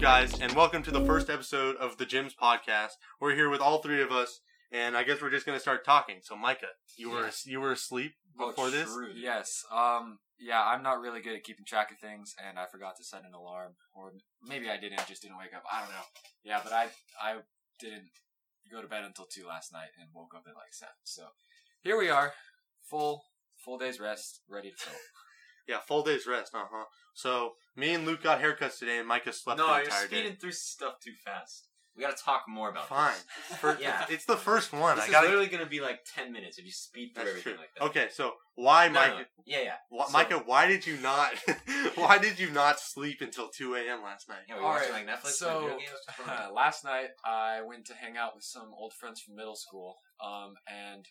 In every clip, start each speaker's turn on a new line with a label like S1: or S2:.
S1: guys, and welcome to the first episode of the Gyms Podcast. We're here with all three of us, and I guess we're just going to start talking. So, Micah, you were
S2: Yeah.
S1: you were asleep
S2: Oh,
S1: before this.
S2: true. Yes. Um. Yeah, I'm not really good at keeping track of things, and I forgot to set an alarm, or maybe I didn't, just didn't wake up. I don't know. Yeah, but I I didn't go to bed until two last night, and woke up at like seven. So here we are, full full day's rest, ready to go.
S1: Yeah, full day's rest. Uh huh. So, me and Luke got haircuts today, and Micah slept
S3: no,
S1: the
S3: you're
S1: entire
S3: speeding
S1: day.
S3: through stuff too fast. We gotta talk more about
S1: Fine.
S3: this.
S1: Fir-
S3: Yeah.
S1: It's the first one.
S3: This
S1: I
S3: is
S1: got
S3: literally gonna be like ten minutes if you speed through
S1: That's
S3: everything
S1: true.
S3: like that.
S1: Okay, so why,
S3: No,
S1: Micah?
S3: no, Yeah, yeah.
S1: Why,
S3: So-
S1: Micah, why did you not? why did you not sleep until two a.m. last night?
S3: Yeah, we
S2: All
S3: watching
S2: right,
S3: like Netflix.
S2: so-
S3: like, video games. What's going on?
S2: uh, last night I went to hang out with some old friends from middle school, um, and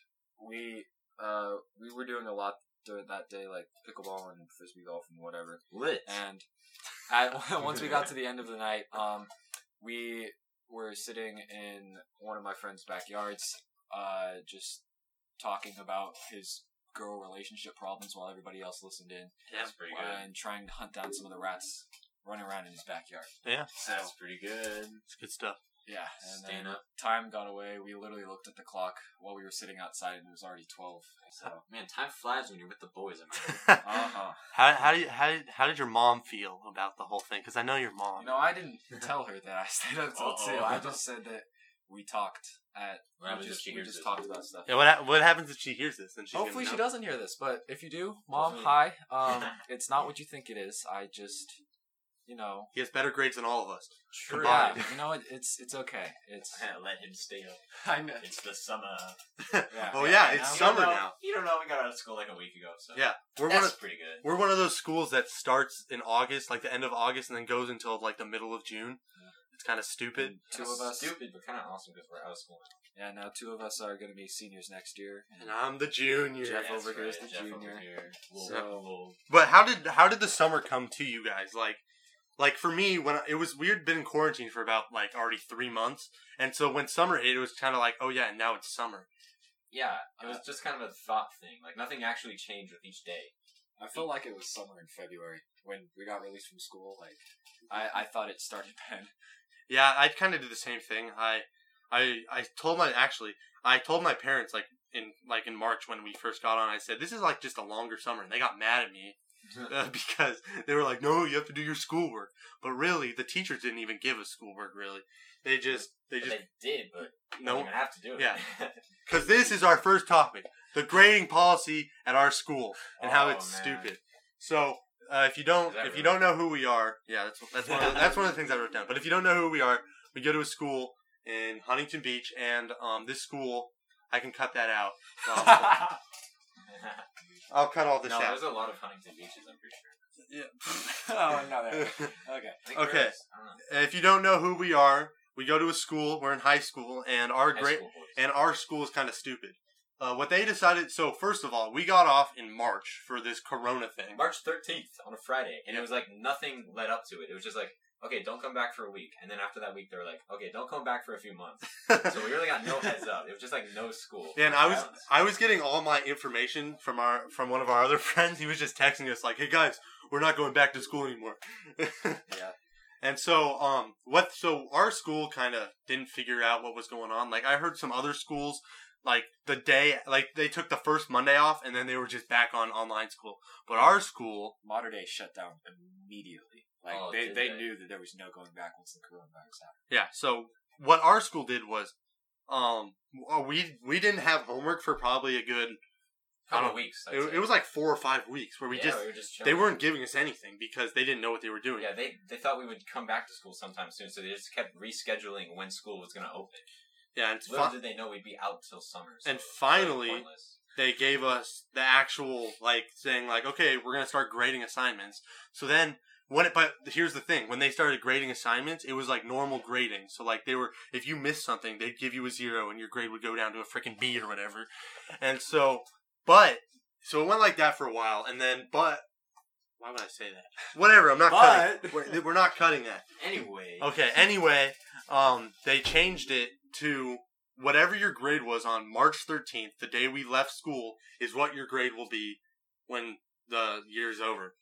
S2: we uh we were doing a lot during that day, like pickleball and frisbee golf and whatever.
S3: Lit.
S2: And at, once we got to the end of the night, um, we were sitting in one of my friend's backyards, uh, just talking about his girl relationship problems while everybody else listened in
S3: That's pretty good.
S2: and trying to hunt down some of the rats running around in his backyard.
S1: So
S3: That's pretty good.
S1: it's good stuff.
S2: Yeah, and
S3: Staying
S2: then
S3: up.
S2: time got away. We literally looked at the clock while we were sitting outside, and it was already twelve. So,
S3: Man, time flies when you're with the boys. Am I right?
S2: uh-huh.
S1: How how do you, how did- how did your mom feel about the whole thing? Because I know your mom.
S2: no, I didn't tell her that I stayed up till
S3: Uh-oh.
S2: two. I just said that we talked at
S3: What happens if she hears this?
S2: about stuff.
S1: Yeah, what ha- what happens if she hears this? And she's gonna
S2: Hopefully, she
S1: know?
S2: doesn't hear this, but if you do, mom,
S3: Doesn't
S2: hi. Um, it's not what you think it is. I just, you know,
S1: He has better grades than all of us.
S3: True.
S2: yeah,
S1: Combined.
S2: you know, it, it's it's okay. It's
S3: Let him stay up.
S2: I know.
S3: It's the summer.
S2: Yeah.
S1: Oh yeah, it's
S3: You don't
S1: summer
S3: know-
S1: now.
S3: You don't know. We got out of school like a week ago, so
S1: Yeah, we're one
S3: that's
S1: of
S3: pretty good.
S1: we're one of those schools that starts in August, like the end of August, and then goes until like the middle of June. It's kind of stupid.
S2: Two
S3: Kinda
S2: of us.
S3: Stupid, but kind of awesome because we're out of school. now.
S2: Yeah, now two of us are going to be seniors next year.
S1: And I'm the junior.
S2: Jeff
S3: That's
S2: over here is the
S3: Jeff over
S2: junior.
S3: here. Little-
S2: So-
S3: little-
S1: But how did how did the summer come to you guys? Like like for me when I, it was weird been in quarantine for about like already 3 months. And so when summer hit it was kind of like, oh yeah, and now it's summer.
S3: Yeah, it
S2: uh,
S3: was just kind of a thought thing. Like nothing actually changed with each day.
S2: I felt like it was summer in February when we got released from school. Like, I I thought it started then.
S1: Yeah, I kind of did the same thing. I, I, I told my actually, I told my parents like in like in March when we first got on. I said this is like just a longer summer, and they got mad at me uh, because they were like, "No, you have to do your schoolwork." But really, the teachers didn't even give us schoolwork. Really, they just they
S3: But
S1: just
S3: they did, but no
S1: no
S3: one have to do it.
S1: Yeah. because this is our first topic: the grading policy at our school and how
S3: Oh,
S1: it's
S3: man.
S1: stupid. So. Uh, if you don't,
S3: Is that
S1: if you don't
S3: really-
S1: know who we are, yeah, that's that's one of the, that's one of the things I wrote down. But if you don't know who we are, we go to a school in Huntington Beach, and um, this school, I can cut that out. Um, I'll cut all this
S3: no,
S1: out.
S3: there's a lot of Huntington Beaches. I'm pretty sure.
S2: oh no. there- Okay.
S3: I think
S1: Okay.
S3: there is. I don't know.
S1: if you don't know who we are, we go to a school. We're in high school, and our
S3: High
S1: great
S3: school boys.
S1: and our school is kind of stupid. Uh, what they decided. So first of all, we got off in March for this Corona thing.
S3: March 13th on a Friday, and it was like nothing led up to it. It was just like, okay, don't come back for a week, and then after that week, they were like, okay, don't come back for a few months. so we really got no heads up. It was just like no school.
S1: And I was
S3: Silence.
S1: I was getting all my information from our from one of our other friends. He was just texting us like, "Hey guys, we're not going back to school anymore." yeah. And so um what so our school kind of didn't figure out what was going on. Like I heard some other schools like the day like they took the first Monday off and then they were just back on online school. But our school
S2: modern day shut down immediately. Like
S3: Oh,
S2: they,
S3: did
S2: they
S3: they?
S2: knew that there was no going back once the coronavirus happened.
S1: Yeah. So what our school did was, um, w- we we didn't have homework for probably a good. I
S3: couple
S1: don't-
S3: weeks. I'd
S1: It,
S3: say.
S1: it was like four or five weeks where we
S3: Yeah,
S1: just
S3: we were just
S1: they
S3: chilling.
S1: weren't giving us anything because they didn't know what they were doing.
S3: Yeah, they they thought we would come back to school sometime soon, so they just kept rescheduling when school was going to open.
S1: Yeah. And,
S3: Little
S1: fi-
S3: did they know we'd be out till summer. so
S1: And
S3: it was
S1: finally-
S3: pointless.
S1: they gave us the actual like saying like, okay, we're gonna start grading assignments. So then. When it, but here's the thing: when they started grading assignments, it was like normal grading. So like they were, if you missed something, they'd give you a zero, and your grade would go down to a freaking B or whatever. And so, but so it went like that for a while, and then but why would I say that? Whatever, I'm not
S2: But-
S1: cutting. We're, we're not cutting that.
S3: anyway,
S1: Okay. Anyway, um, they changed it to whatever your grade was on March 13th, the day we left school, is what your grade will be when the year's over.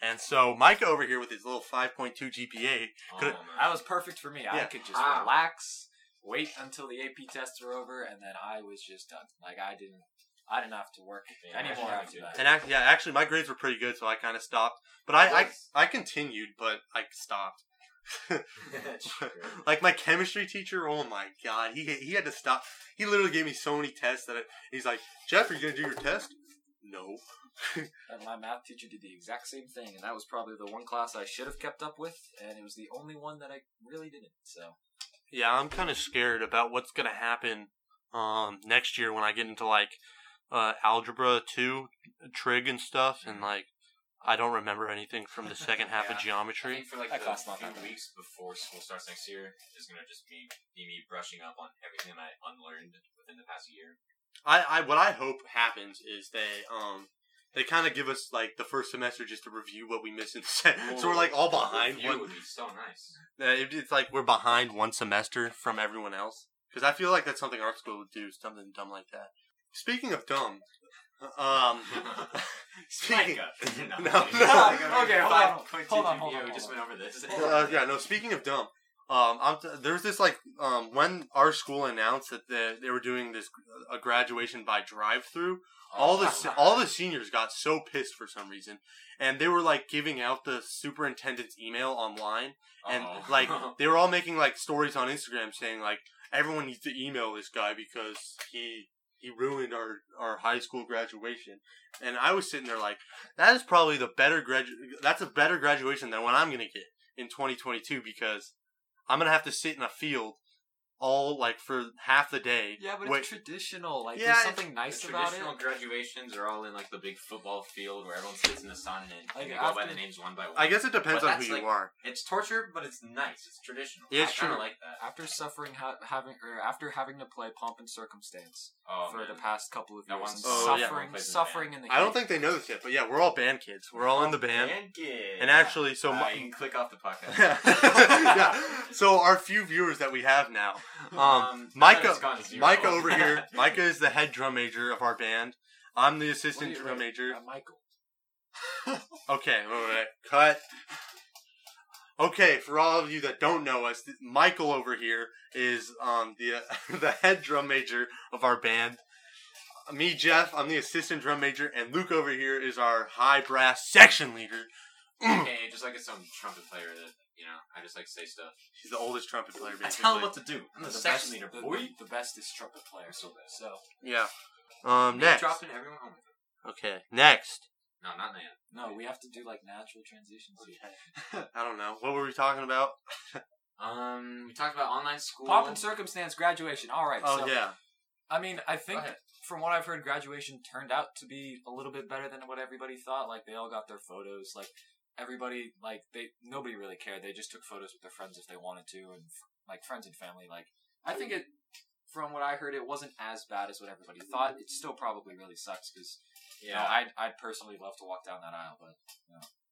S1: And so Mike over here with his little 5.2 GPA,
S3: Oh,
S1: Could-
S3: man.
S2: That was perfect for me. I
S1: Yeah.
S2: could just
S3: Ah.
S2: relax, wait until the AP tests are over, and then I was just done. Like I didn't, I didn't have to work
S3: Yeah, I
S2: anymore
S3: didn't
S2: after
S3: have
S2: that.
S3: to.
S1: and act, yeah, actually my grades were pretty good, so I kind of stopped. But I, I
S3: Yes.
S1: I continued, but I stopped.
S3: Sure.
S1: Like my chemistry teacher, oh my god, he he had to stop. He literally gave me so many tests that I, he's like, Jeff, are you gonna do your test? No.
S2: And my math teacher did the exact same thing, and that was probably the one class I should have kept up with, and it was the only one that I really didn't. So
S1: Yeah, I'm kind of scared about what's going to happen um, next year when I get into like uh, algebra two, trig and stuff, and like I don't remember anything from the second half of
S3: Yeah. I
S1: geometry.
S3: think for like
S2: That
S3: the
S2: class not
S3: few
S2: that bad.
S3: weeks before school starts next year is gonna just be, be me brushing up on everything that I unlearned within the past year.
S1: I, I what I hope happens is they um they kind of give us like the first semester just to review what we missed in the set, so we're like all behind.
S3: You
S1: One,
S3: would be so nice.
S1: uh, it- it's like we're behind one semester from everyone else because I feel like that's something art school would do, something dumb like that. Speaking of dumb, um, speaking.
S3: Micah.
S1: No,
S2: no. Okay, hold on,
S3: Five-point
S2: hold on,
S3: two
S2: hold on,
S3: GPA, We
S2: hold
S3: just
S2: on.
S3: went over this.
S1: Uh, yeah, no. Speaking of dumb, um, I'm t- there was this like um when our school announced that they, they were doing this uh, a graduation by drive through. All the se- all the seniors got so pissed for some reason, and they were like giving out the superintendent's email online, and
S2: Oh.
S3: Uh-oh.
S1: like they were all making like stories on Instagram saying like everyone needs to email this guy because he he ruined our our high school graduation, and I was sitting there like that is probably the better gradu- that's a better graduation than what I'm gonna get in 2022 because I'm gonna have to sit in a field all like for half the day.
S2: yeah, but
S1: wait-
S2: it's traditional. Like
S1: Yeah,
S2: there's
S1: it's-
S2: something nice
S3: The
S2: about it.
S3: traditional graduations are all in like the big football field where everyone sits in the sun and,
S2: Like,
S3: and they go by
S2: after-
S3: the names one by one.
S1: I guess it depends
S3: But
S1: on who
S3: that's,
S1: you
S3: like,
S1: are.
S3: it's torture, but it's nice. It's traditional.
S1: Yeah, it's
S3: I kinda
S1: true.
S3: like that.
S2: After suffering, ha- having or after having to play pomp and circumstance
S3: Oh,
S2: for
S3: man.
S2: the past couple of
S3: That
S2: years,
S3: one
S2: and
S1: song.
S2: suffering,
S3: Oh, yeah.
S2: suffering in the.
S1: I don't
S2: heat.
S1: think they know this yet, but yeah, we're all band kids. We're all in the band,
S3: And, yeah.
S1: and actually, so
S3: Uh,
S1: my,
S3: you can click off the podcast.
S1: yeah. So our few viewers that we have now, um, Micah-
S3: it's gone to zero.
S1: Micah over here. Micah is the head drum major of our band. I'm the assistant
S2: Wait,
S1: drum
S2: wait,
S1: major.
S2: uh, Michael.
S1: Okay, wait, wait, wait. cut. Okay, for all of you that don't know us, th- Michael over here is um, the uh, the head drum major of our band. Me, Jeff, I'm the assistant drum major, and Luke over here is our high brass section leader.
S3: okay, just like it's some trumpet player that you know, I just like say stuff.
S1: He's the oldest trumpet player, basically.
S3: to do. I'm the,
S2: The
S3: section
S2: best-
S3: leader,
S2: the,
S3: boy.
S2: the best is trumpet player. So,
S1: Yeah. Um. Next.
S3: Dropping everyone. Oh my God.
S1: Okay. Next.
S3: No, not Nan.
S2: no, we have to do like natural transitions. here.
S1: I don't know. What were we talking about?
S3: Um, we talked about online school.
S2: Pomp and circumstance graduation. All right.
S1: Oh
S2: so,
S1: yeah.
S2: I mean, I think
S3: ahead.
S2: from what I've heard, graduation turned out to be a little bit better than what everybody thought. Like they all got their photos. Like everybody, like they nobody really cared. They just took photos with their friends if they wanted to, and like friends and family. Like I think it. From what I heard, it wasn't as bad as what everybody thought. It still probably really sucks because you know
S3: yeah,
S2: I I personally love to walk down that aisle, but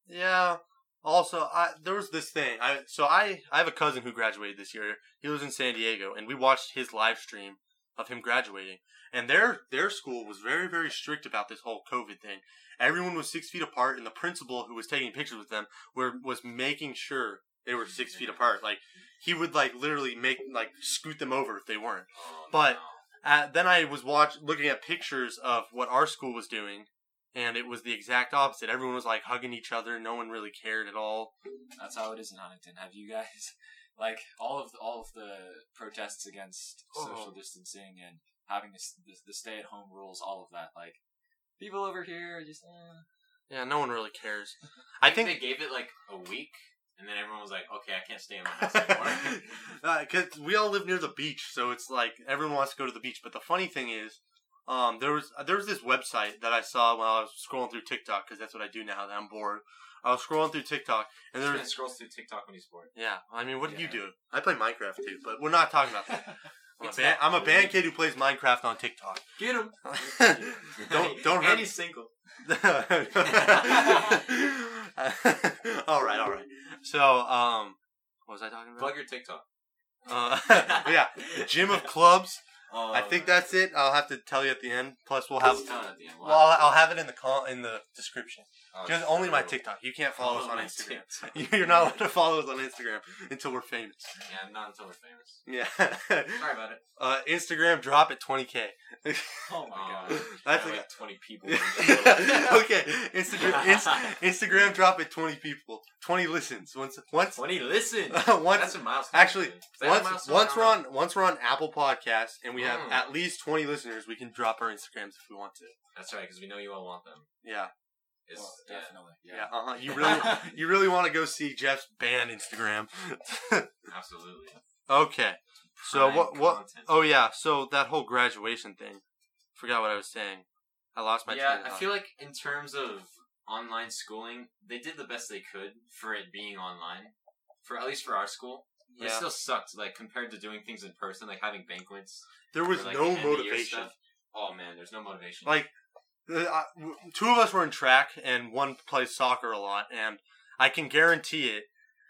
S1: Yeah. Also, I there was this thing. I so I I have a cousin who graduated this year. He lives in San Diego, and we watched his live stream of him graduating. And their their school was very very strict about this whole COVID thing. Everyone was six feet apart, and the principal who was taking pictures with them were was making sure they were six feet apart. Like he would like literally make like scoot them over if they weren't.
S3: Oh,
S1: but-
S3: no.
S1: Uh, then I was watch looking at pictures of what our school was doing, and it was the exact opposite. Everyone was like hugging each other. No one really cared at all.
S2: That's how it is in Huntington. Have you guys like all of the, all of the protests against social
S1: Oh.
S2: distancing and having this, this the stay at home rules, all of that? Like people over here are just eh.
S1: Yeah, no one really cares. I think
S3: they gave it like a week, and then everyone was like, "Okay, I can't stay in my house anymore."
S1: because Uh, we all live near the beach, so it's like everyone wants to go to the beach. But the funny thing is, um, there was there was this website that I saw while I was scrolling through TikTok because that's what I do now that I'm bored. I was scrolling through TikTok and there
S3: Just
S1: was
S3: scrolls through TikTok when he's bored.
S1: yeah. I mean, what do you
S2: Yeah.
S1: do? I play Minecraft too, but we're not talking about that. I'm a,
S2: It's
S1: band,
S2: not
S1: I'm a
S2: cool.
S1: band kid who plays Minecraft on TikTok.
S2: Get him.
S1: don't don't
S3: And
S1: hurt.
S3: he's single.
S1: all right, all right. So, um, what was I talking about?
S3: Plug your TikTok.
S1: Uh, yeah, gym of clubs.
S3: Oh,
S1: I think that's it. I'll have to tell you at the end. Plus, we'll have
S3: Just tell it at the end.
S1: well, I'll, I'll have it in the call in the description.
S3: Oh,
S1: Just
S3: it's
S1: only my
S3: brutal.
S1: TikTok. You can't follow us on
S3: my
S1: Instagram.
S3: TikTok.
S1: You're not allowed to follow us on Instagram until we're famous.
S3: Yeah, not until we're famous.
S1: Yeah.
S3: Sorry about it.
S1: Uh, Instagram drop at 20k.
S2: Oh
S3: Oh,
S1: That's
S3: yeah,
S1: a-
S3: like twenty people.
S1: okay, Instagram Inst- Instagram drop at 20 people, 20 listens. Once once
S3: Twenty listen.
S1: once
S3: That's a milestone.
S1: actually,
S3: dude. Is that a
S1: once
S3: milestone?
S1: once
S3: I
S1: we're
S3: don't know.
S1: on once we're on Apple Podcasts and we have
S3: Mm.
S1: at least 20 listeners, we can drop our Instagrams if we want to.
S3: That's right, because we know you all want them.
S1: Yeah,
S3: It's,
S2: Well,
S3: yeah.
S2: definitely.
S1: yeah.
S2: Yeah.
S1: uh-huh. You really you really want to go see Jeff's band Instagram?
S3: Absolutely.
S1: okay. So
S3: Prime
S1: what what?
S3: content.
S1: Oh yeah. So that whole graduation thing. Forgot what I was saying. I lost my.
S3: yeah,
S1: train of
S3: I
S1: thought.
S3: feel like in terms of online schooling, they did the best they could for it being online. For at least for our school, it
S1: Yeah.
S3: still sucked. Like compared to doing things in person, like having banquets.
S1: There was
S3: or, like, the
S1: no
S3: end of year
S1: motivation.
S3: stuff. Oh man, there's no motivation.
S1: Like, the, I- w- two of us were in track, and one plays soccer a lot. And I can guarantee it.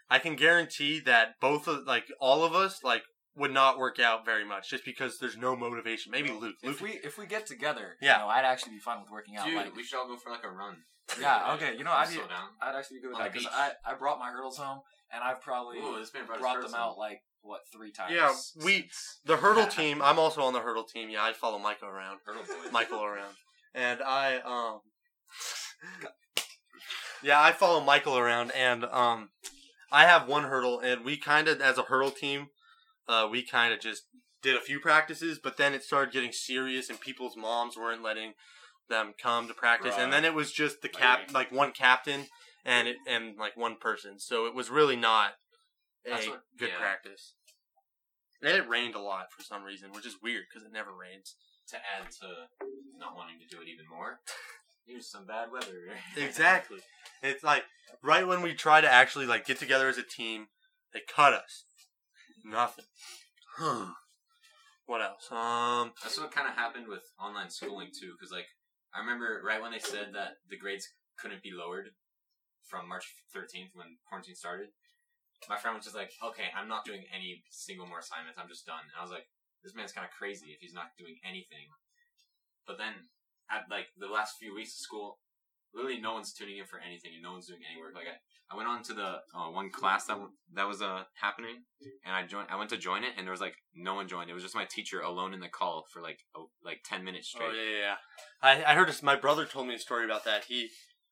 S1: I can guarantee that both of like all of us like would not work out very much just because there's no motivation. Maybe Luke. Luke.
S2: If we if we get together,
S1: Yeah.
S2: you know, I'd actually be fine with working out.
S3: dude,
S2: like,
S3: we should all go for like a run.
S2: Yeah, okay, you know,
S3: I'm
S2: I'd be-
S3: so down.
S2: I'd actually be good with
S3: On
S2: that
S3: the
S2: because
S3: beach.
S2: I, I brought my hurdles home and I've probably
S3: Ooh, this man brought,
S2: brought,
S3: his
S2: them
S3: first
S2: out
S3: one.
S2: like what three times.
S1: Yeah, we-
S2: since.
S1: the hurdle team. I'm also on the hurdle team. Yeah, I follow Michael around.
S3: Hurdle boy.
S1: Michael around, and I um. Yeah, I follow Michael around, and um, I have one hurdle, and we kind of, as a hurdle team, uh, we kind of just did a few practices, but then it started getting serious, and people's moms weren't letting them come to practice, and
S3: Right.
S1: then it was just the cap,
S3: Right.
S1: like one captain, and it, and like one person, so it was really not a
S3: That's what-
S1: good
S3: yeah.
S1: practice. And it rained a lot for some reason, which is weird because it never rains.
S3: to add to not wanting to do it even more. Here's some bad weather.
S1: Exactly. It's like right when we try to actually like get together as a team, they cut us. Nothing. Hmm. What else? Um.
S3: That's what kind of happened with online schooling too, because like I remember right when they said that the grades couldn't be lowered from March 13th when quarantine started, my friend was just like, "Okay, I'm not doing any single more assignments. I'm just done." And I was like, "This man's kind of crazy if he's not doing anything." But then at like the last few weeks of school, literally no one's tuning in for anything and no one's doing any work. Like I, I went on to the uh, one class that w- that was uh, happening, and I joined. I went to join it, and there was like no one joined. It was just my teacher alone in the call for like a, like ten minutes straight.
S1: Oh yeah, yeah, yeah. I I heard this. My brother told me a story about that. He,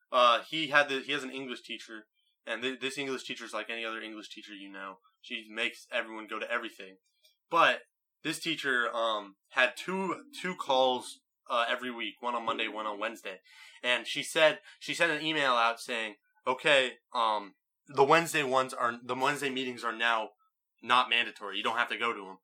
S1: uh, he had the he has an English teacher, and th- this English teacher is like any other English teacher you know. She makes everyone go to everything, but this teacher um had two two calls uh, every week, one on Monday, one on Wednesday, and she said she sent an email out saying, okay, um, the Wednesday ones are the Wednesday meetings are now not mandatory. You don't have to go to them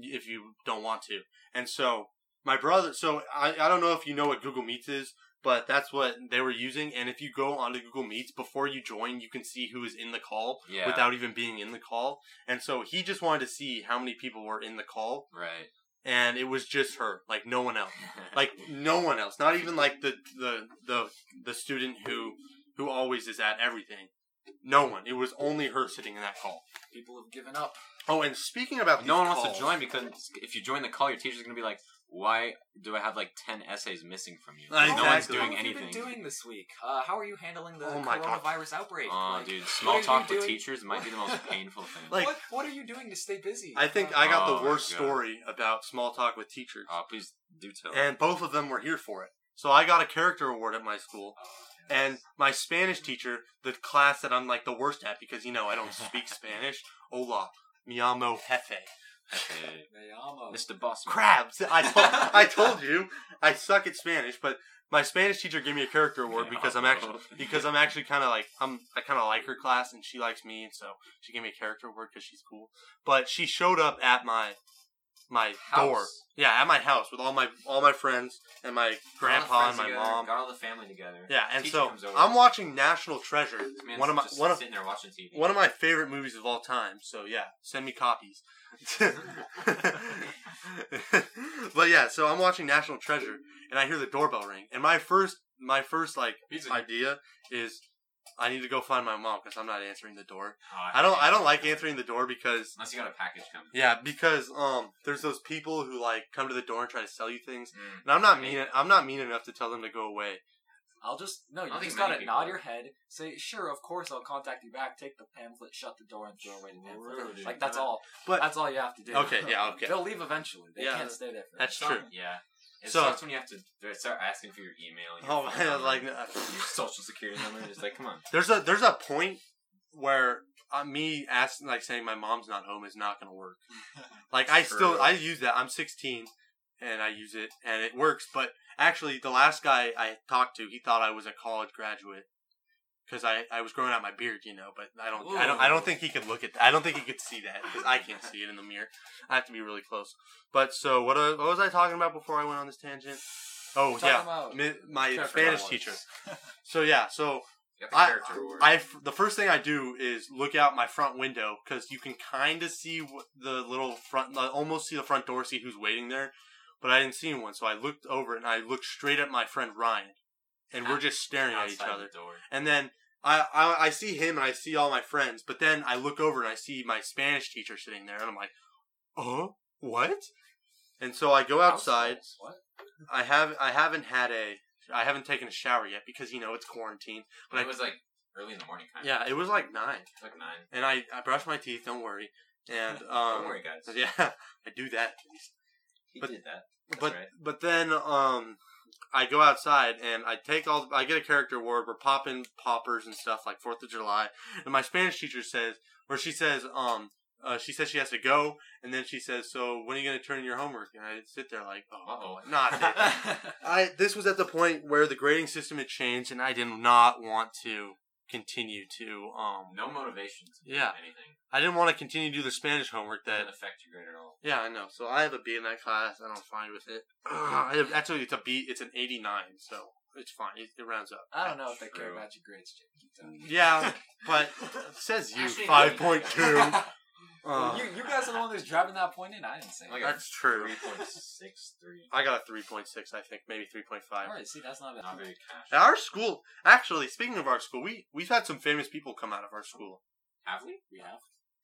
S1: if you don't want to, and so my brother so I, I don't know if you know what google meets is but that's what they were using and if you go onto google meets before you join you can see who is in the call
S3: Yeah,
S1: without even being in the call and so he just wanted to see how many people were in the call
S3: right.
S1: and it was just her like no one else like no one else not even like the the the, the student who who always is at everything no one it was only her sitting in that call
S2: people have given up.
S1: oh and speaking about these
S3: no one wants
S1: calls-
S3: to join because if you join the call, your teacher's gonna be like, "Why do I have like ten essays missing from you?
S1: Exactly.
S3: No one's
S1: What
S3: doing
S2: what have
S3: anything."
S2: you been doing this week? Uh, how are you handling the
S1: Oh my God.
S2: coronavirus outbreak?
S3: Oh,
S2: Like,
S3: dude,
S2: what
S3: small
S2: are you
S3: talk with
S2: doing?
S3: teachers might be the most painful thing.
S1: Like-
S2: what, what are you doing to stay busy?
S1: i think
S2: Uh,
S1: i got
S3: Oh
S1: the
S3: my
S1: worst
S3: God.
S1: story about small talk with teachers
S3: oh, please do tell.
S1: and both of them were here for it. So I got a character award at my school, and my Spanish teacher, the class that I'm like the worst at because you know I don't speak Spanish. Hola, mi amo jefe.
S3: Okay.
S2: They almost.
S3: Mr. Oh, Boss.
S1: Crabs. I told I told you I suck at Spanish, but my Spanish teacher gave me a character award because I'm actually because I'm actually kind of like I'm I kind of like her class and she likes me, and so she gave me a character award because she's cool. But she showed up at my my door.
S3: House.
S1: Yeah, at my house with all my all my friends and my grandpa and my mom.
S3: got all the family together.
S1: Yeah, and
S3: Teacher
S1: so
S3: comes over.
S1: I'm watching National Treasure,
S3: This man's
S1: one of my
S3: just
S1: one of
S3: sitting there watching TV.
S1: one of my favorite movies of all time. So yeah, send me copies. but yeah, so I'm watching National Treasure, and I hear the doorbell ring, and my first my first like
S3: He's like,
S1: idea is I need to go find my mom because I'm not answering the door.
S3: "Oh,
S1: I don't
S3: hate
S1: I don't
S3: it."
S1: like answering the door because
S3: unless you got a package coming.
S1: yeah, because um, there's those people who like come to the door and try to sell you things,
S3: Mm.
S1: and I'm not mean. I'm not mean enough to tell them to go away.
S2: I'll just no. You
S3: don't think
S2: just gotta
S3: many people
S2: nod
S3: are.
S2: your head, say sure, of course, I'll contact you back. Take the pamphlet, shut the door, and throw away the pamphlet.
S3: Rude, dude.
S2: Like that's all.
S1: But-
S2: that's all you have to do.
S1: Okay, yeah, okay.
S2: They'll leave eventually. They
S3: Yeah.
S2: can't stay there. For
S1: That's
S2: that.
S1: true.
S3: Yeah. It
S1: So-
S3: sucks when you have to they start asking for your email. And your
S1: Oh,
S3: phone
S1: man,
S3: number,
S1: like
S3: your social security number. It's like, come on.
S1: there's a there's a point where uh, me asking like saying my mom's not home is not gonna work. Like I still
S3: True.
S1: I use that. I'm 16 and I use it and it works. But actually, the last guy I talked to, he thought I was a college graduate because I, I was growing out my beard, you know. But I don't I don't I don't think he could look at. I don't think he could see that because I can't see it in the mirror. I have to be really close. But so what uh, what was I talking about before I went on this tangent? Oh
S2: Talking
S1: yeah,
S2: about-
S1: mi- my
S2: Character
S1: Spanish
S2: awards.
S1: teacher. So yeah, so
S3: You got the
S1: I-
S3: character award.
S1: I f- the first thing I do is look out my front window because you can kind of see wh- the little front, I almost see the front door, see who's waiting there, but I didn't see anyone, so I looked over and I looked straight at my friend Ryan, and we're just staring at each
S3: Outside
S1: other.
S3: The door.
S1: And then I, I I see him and I see all my friends, but then I look over and I see my Spanish teacher sitting there, and I'm like, oh, what? And so I go outside.
S2: What?
S1: I have I haven't had a I haven't taken a shower yet because you know it's quarantine. But
S3: it
S1: I,
S3: was like early in the morning time.
S1: yeah, it was like nine.
S3: It's like nine.
S1: and I, I brush my teeth. Don't worry. And um,
S3: Don't worry, guys.
S1: Yeah, I do that. at least.
S3: He
S1: but-
S3: did that. That's
S1: But
S3: right.
S1: but then um, I go outside and I take all. I get a character award. We're popping poppers and stuff like Fourth of July. And my Spanish teacher says, or she says, um, uh, she says she has to go, and then she says, "So when are you going to turn in your homework?" And I sit there like,
S3: Uh
S1: "Oh,
S3: oh.
S1: not." it." I this was at the point where the grading system had changed, and I did not want to continue to um.
S3: no motivation to do
S1: Yeah.
S3: anything.
S1: I didn't want to continue to do the Spanish homework that
S3: Doesn't affect your grade at all.
S1: Yeah, I know. So I have a B in that class, and I'm fine with it. Ugh, I have, actually, it's a B. It's an 89, so it's fine. It, it rounds up.
S2: I
S3: Oh,
S2: don't know if they care
S3: True.
S2: about your grades, Jake. Keep telling me.
S1: Yeah, but it says you
S3: Actually,
S1: 5.2. Uh,
S2: you, you guys are the one who's driving that point in. I didn't say.
S3: Like
S2: it.
S3: a-
S1: that's true.
S3: Three point six three.
S1: I got a 3.6, I think, maybe 3.5.
S2: All right, see, that's not
S3: Not
S2: a
S3: very cash.
S1: Now, Our school, actually, speaking of our school, we we've had some famous people come out of our school.
S3: Have we?
S2: we have.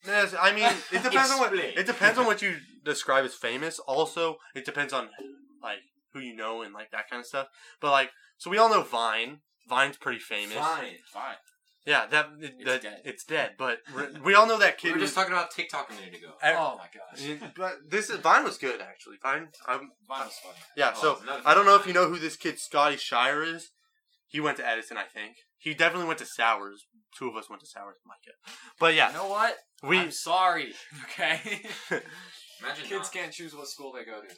S1: Yes, I mean, it depends on what
S3: Explain.
S1: it depends on what you describe as famous. Also, it depends on like who you know and like that kind of stuff. But like, so we all know Vine. Vine's pretty famous.
S3: Fine.
S2: Fine.
S1: Yeah, that it's that,
S2: dead.
S1: it's dead. But re- we all know that
S3: We
S1: kid.
S3: were
S1: who-
S3: just talking about TikTok a minute ago.
S1: I-
S2: oh my gosh.
S1: but this is Vine was good actually. Vine, um,
S2: Mine was funny.
S1: yeah.
S3: Oh,
S1: so
S3: another
S1: I don't know if you
S3: thing.
S1: know who this kid Scotty Shire is. He went to Edison, I think. He definitely went to Sowers. Two of us went to Sowers, Micah. But
S2: You
S1: yeah,
S2: know what?
S1: we
S2: I'm sorry. Okay.
S3: Imagine
S2: Kids
S3: not.
S2: can't choose what school they go to.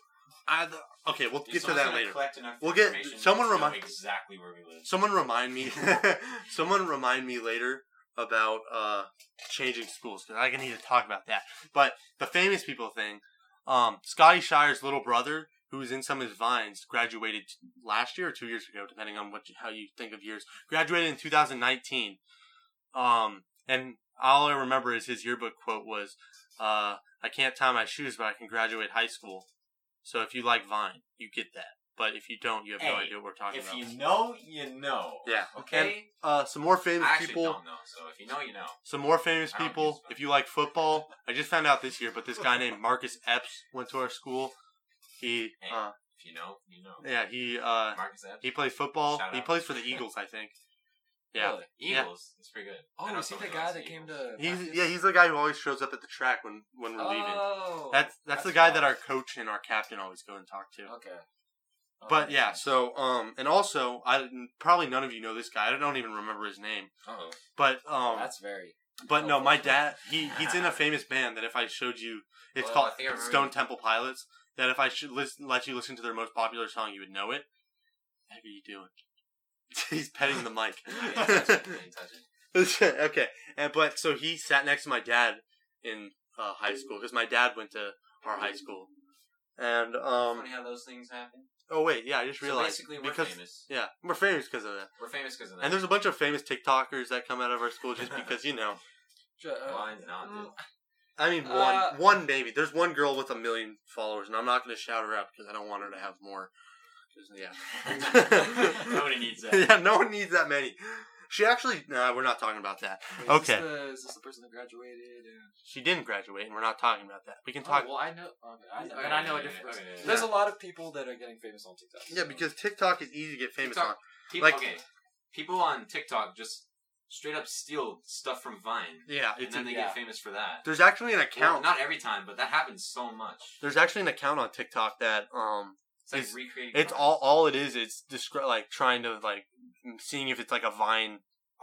S1: I, okay. We'll get
S3: Dude,
S1: to
S3: someone's
S1: that
S3: gonna
S1: later.
S3: collect enough
S1: We'll get-
S3: information
S1: someone
S3: to know
S1: remind-
S3: exactly where we live.
S1: Someone remind me. someone remind me later about uh, changing schools because I can need to talk about that. But the famous people thing. Um, Scotty Shire's little brother, who was in some of his vines, graduated last year or two years ago, depending on what you, how you think of years. Graduated in 2019. Um, and all I remember is his yearbook quote was, uh, "I can't tie my shoes, but I can graduate high school." So if you like Vine, you get that. But if you don't, you have no
S3: Hey,
S1: idea what we're talking
S3: If
S1: about.
S3: you know, you know.
S1: Yeah.
S3: Okay.
S1: uh, some more
S3: I
S1: famous
S3: actually
S1: people.
S3: don't know. So if you know, you know.
S1: Some more famous
S3: I don't
S1: people.
S3: use that.
S1: If you like football, I just found out this year, but this guy named Marcus Epps went to our school. He,
S3: Hey.
S1: uh,
S3: If you know, you know.
S1: yeah, he uh,
S3: Marcus Epps.
S1: he plays football.
S3: Shout
S1: He
S3: out.
S1: plays for the Eagles, I think. Yeah,
S2: Really?
S3: Eagles. That's pretty good. I
S2: Oh,
S3: know
S2: is he the
S3: someone who
S2: guy
S3: likes
S2: that
S3: the
S2: came
S3: Eagles.
S2: to?
S1: he's yeah he's the guy who always shows up at the track when when we're leaving.
S2: Oh,
S1: That's that's the guy that our coach and our captain always go and talk
S3: Oh,
S1: to.
S2: Okay.
S1: But yeah, so um, and also I probably none of you know this guy. I don't even remember his name,
S3: Uh-oh.
S1: but um,
S2: that's very.
S1: But no, my
S2: helpful.
S1: dad he he's in a famous band that if I showed you, it's
S3: Oh, I
S1: called
S3: think I remember
S1: Stone
S3: that.
S1: Temple Pilots. That if I should listen, let you listen to their most popular song, you would know it. What are you doing? he's petting the mic.
S3: I didn't touch it, I didn't touch it.
S1: okay, and but so he sat next to my dad in uh, high school because my dad went to our high school, and um
S3: Funny how those things happen.
S1: oh wait yeah I just
S3: So
S1: realized
S3: basically, we're
S1: because
S3: famous.
S1: yeah we're famous because of that.
S3: We're famous because of that.
S1: And there's a bunch of famous TikTokers that come out of our school just because you know
S2: Ju- uh,
S3: Mine's not,
S2: mm,
S3: dude.
S1: I mean, one,
S2: Uh,
S1: one maybe. There's one girl with a million followers, and I'm not going to shout her out because I don't want her to
S2: Uh,
S1: have more. 'Cause, yeah,
S3: Nobody needs that.
S1: yeah, no one needs that many. She actually, no, we're not talking about that.
S2: Wait,
S1: Okay.
S2: Is this, the, is this the person that graduated? And...
S1: She didn't graduate, and we're not talking about that. We can talk.
S2: Oh, well, I know. Okay, I,
S3: Yeah,
S2: and I know a
S3: yeah,
S2: different
S3: yeah,
S2: person.
S3: yeah, yeah.
S2: There's a lot of people that are getting famous on TikTok.
S1: yeah, because TikTok is easy to get famous
S3: TikTok.
S1: on.
S3: People,
S1: Like-
S3: okay, people on TikTok just straight up steal stuff from Vine,
S1: Yeah,
S3: and
S1: it's a,
S3: then they
S2: yeah.
S3: get famous for that.
S1: there's actually an
S3: Well,
S1: account.
S3: not every time, but that happens so much.
S1: There's actually an account on TikTok that um,
S3: It's like
S1: It's-
S3: recreating.
S1: it's
S3: Vine.
S1: all all it is. It's descri- like trying to like m- seeing if it's like a Vine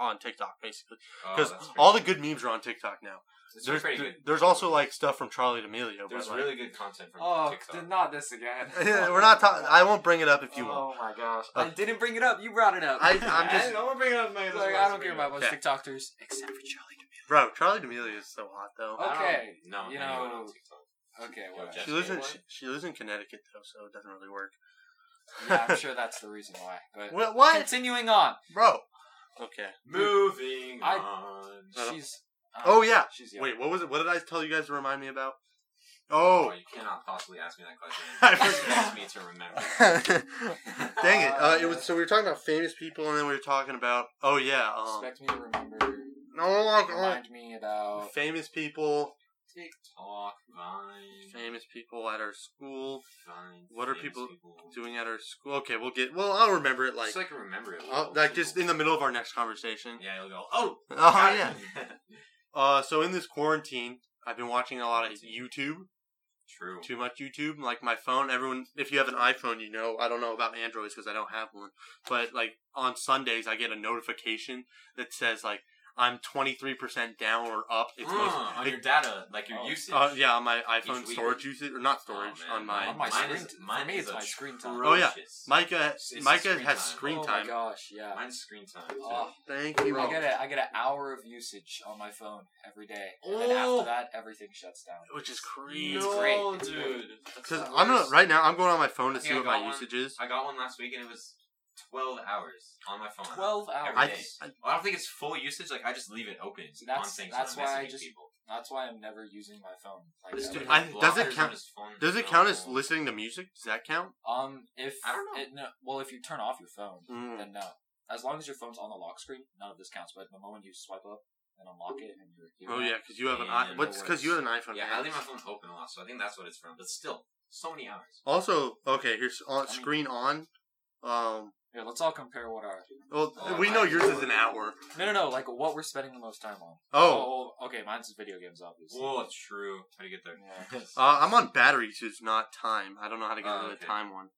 S1: on TikTok basically
S3: Oh,
S1: because
S3: that's pretty-
S1: all the good memes are on TikTok now.
S3: it's
S1: There's
S3: pretty
S1: th-
S3: good.
S1: there's also like stuff from Charlie D'Amelio. but,
S3: There's
S1: like,
S3: really good content from
S2: Oh,
S3: TikTok.
S2: did not this again.
S1: we're not talking. I won't bring it up if you want.
S2: Oh my gosh!
S1: Uh,
S2: I didn't bring it up. You brought it up.
S1: I- I'm just-
S2: I,
S3: gonna bring it up. Man.
S2: like, I don't care about most
S1: Yeah.
S2: TikTokers except for Charlie.
S1: Bro, Charlie D'Amelio is so hot though.
S2: Oh, Okay,
S3: No,
S2: you
S3: anyone
S2: know-
S3: on TikTok.
S2: Okay,
S3: Yo,
S2: whatever.
S3: Jeff.
S1: she
S3: that's
S1: lives
S3: good
S1: in
S3: one.
S1: she, she lives in Connecticut though, so it doesn't really work.
S2: yeah, I'm sure that's the reason why. But
S1: Wha- what,
S2: continuing on,
S1: bro? Okay.
S3: Moving
S2: I-
S3: on.
S1: Uh,
S2: she's. uh,
S1: Oh yeah.
S2: she's young.
S1: Wait, what was it? What did I tell you guys to remind me about? Oh,
S3: you cannot possibly ask me that question.
S1: I
S2: forgot.
S3: ask me to remember.
S1: Dang it! Uh, it was so we were talking about famous people, and then we were talking about oh yeah, um, uh,
S2: Expect me to remember.
S1: no longer
S2: Remind me about
S1: famous people,
S3: TikTok, Vine,
S1: famous people at our school
S3: Vine.
S1: What are
S3: famous
S1: people
S3: doing?
S1: doing at our school. Okay, we'll get. Well, I'll remember it
S3: Like,
S1: like
S3: so I can remember it.
S1: I'll, like just in the middle of our next conversation.
S3: Yeah, you'll go. Oh,
S1: Oh
S3: got it."
S1: yeah. Uh, so in this quarantine, I've been watching a lot of YouTube.
S3: True.
S1: Too much YouTube. Like my phone. Everyone, if you have an iPhone, you know. I don't know about Androids because I don't have one. But like on Sundays, I get a notification that says like I'm 23 percent down or up. It's
S3: Uh,
S1: most,
S3: on
S1: it-
S3: your data, like your
S2: Oh.
S3: usage.
S1: uh, yeah, on my
S3: Each
S1: iPhone
S3: week.
S1: storage usage or not storage
S3: Oh, man.
S1: on my.
S2: On my
S3: Mine
S2: screen.
S3: is- mine
S2: for me,
S3: is
S2: it's my
S3: a
S2: screen time.
S1: Oh, yeah.
S3: Atrocious.
S1: Micah,
S3: It's
S1: Micah
S3: screen
S1: has
S3: time.
S1: screen
S2: oh
S1: time.
S2: my gosh! Yeah.
S3: Mine's screen time. Too.
S2: Oh,
S1: Thank you.
S2: I get a, I get an hour of usage on my phone every day, and then
S3: Oh.
S2: after that, everything shuts down.
S1: Which is crazy.
S2: It's great.
S3: No,
S2: It's
S3: dude. That's
S1: Because
S3: the
S1: I'm gonna
S3: worst.
S1: right now. I'm going on my phone to
S3: I
S1: see
S3: think
S1: what
S3: I
S1: my
S3: got one.
S1: usage is.
S3: I got one last week and it was 12 hours on my phone.
S2: Twelve hours.
S1: I,
S3: day.
S1: I
S3: I don't think it's full usage. Like I just leave it open
S2: See, that's-
S3: on things.
S2: that's
S3: when I'm
S2: why I
S3: messaging
S2: just-
S3: people.
S2: That's why I'm never using my phone. Like
S3: This
S2: ever.
S3: dude
S1: I-
S3: has
S1: does it
S3: blockers
S1: count-
S3: on his phone.
S1: Does it
S3: No.
S1: count as listening to music? Does that count?
S2: um, if
S3: I don't know.
S2: It, no, well, if you turn off your phone,
S1: Mm.
S2: then no. As long as your phone's on the lock screen, none of this counts. But the moment you swipe up and unlock it, and you're, you're
S1: Oh
S2: out.
S1: yeah, because you have an
S3: And
S1: i.
S3: it
S1: What's because you have an iPhone.
S3: Yeah, I
S1: app.
S3: leave my phone open a lot, so I think that's what it's from. But still, so many hours.
S1: Also, okay, here's on
S2: I mean-
S1: screen on. Um,
S2: Here, let's all compare what our
S1: well,
S3: Oh,
S1: we
S3: my
S1: know yours is
S3: word.
S1: an hour.
S2: no, no, no, like what we're spending the most time on.
S1: Oh,
S2: oh okay, mine's is video games, obviously.
S3: Whoa, true. How do you get there?
S2: Yeah.
S1: uh, I'm on battery usage, not time. I don't know how to get
S3: Oh,
S1: rid of the
S3: okay.
S1: time one.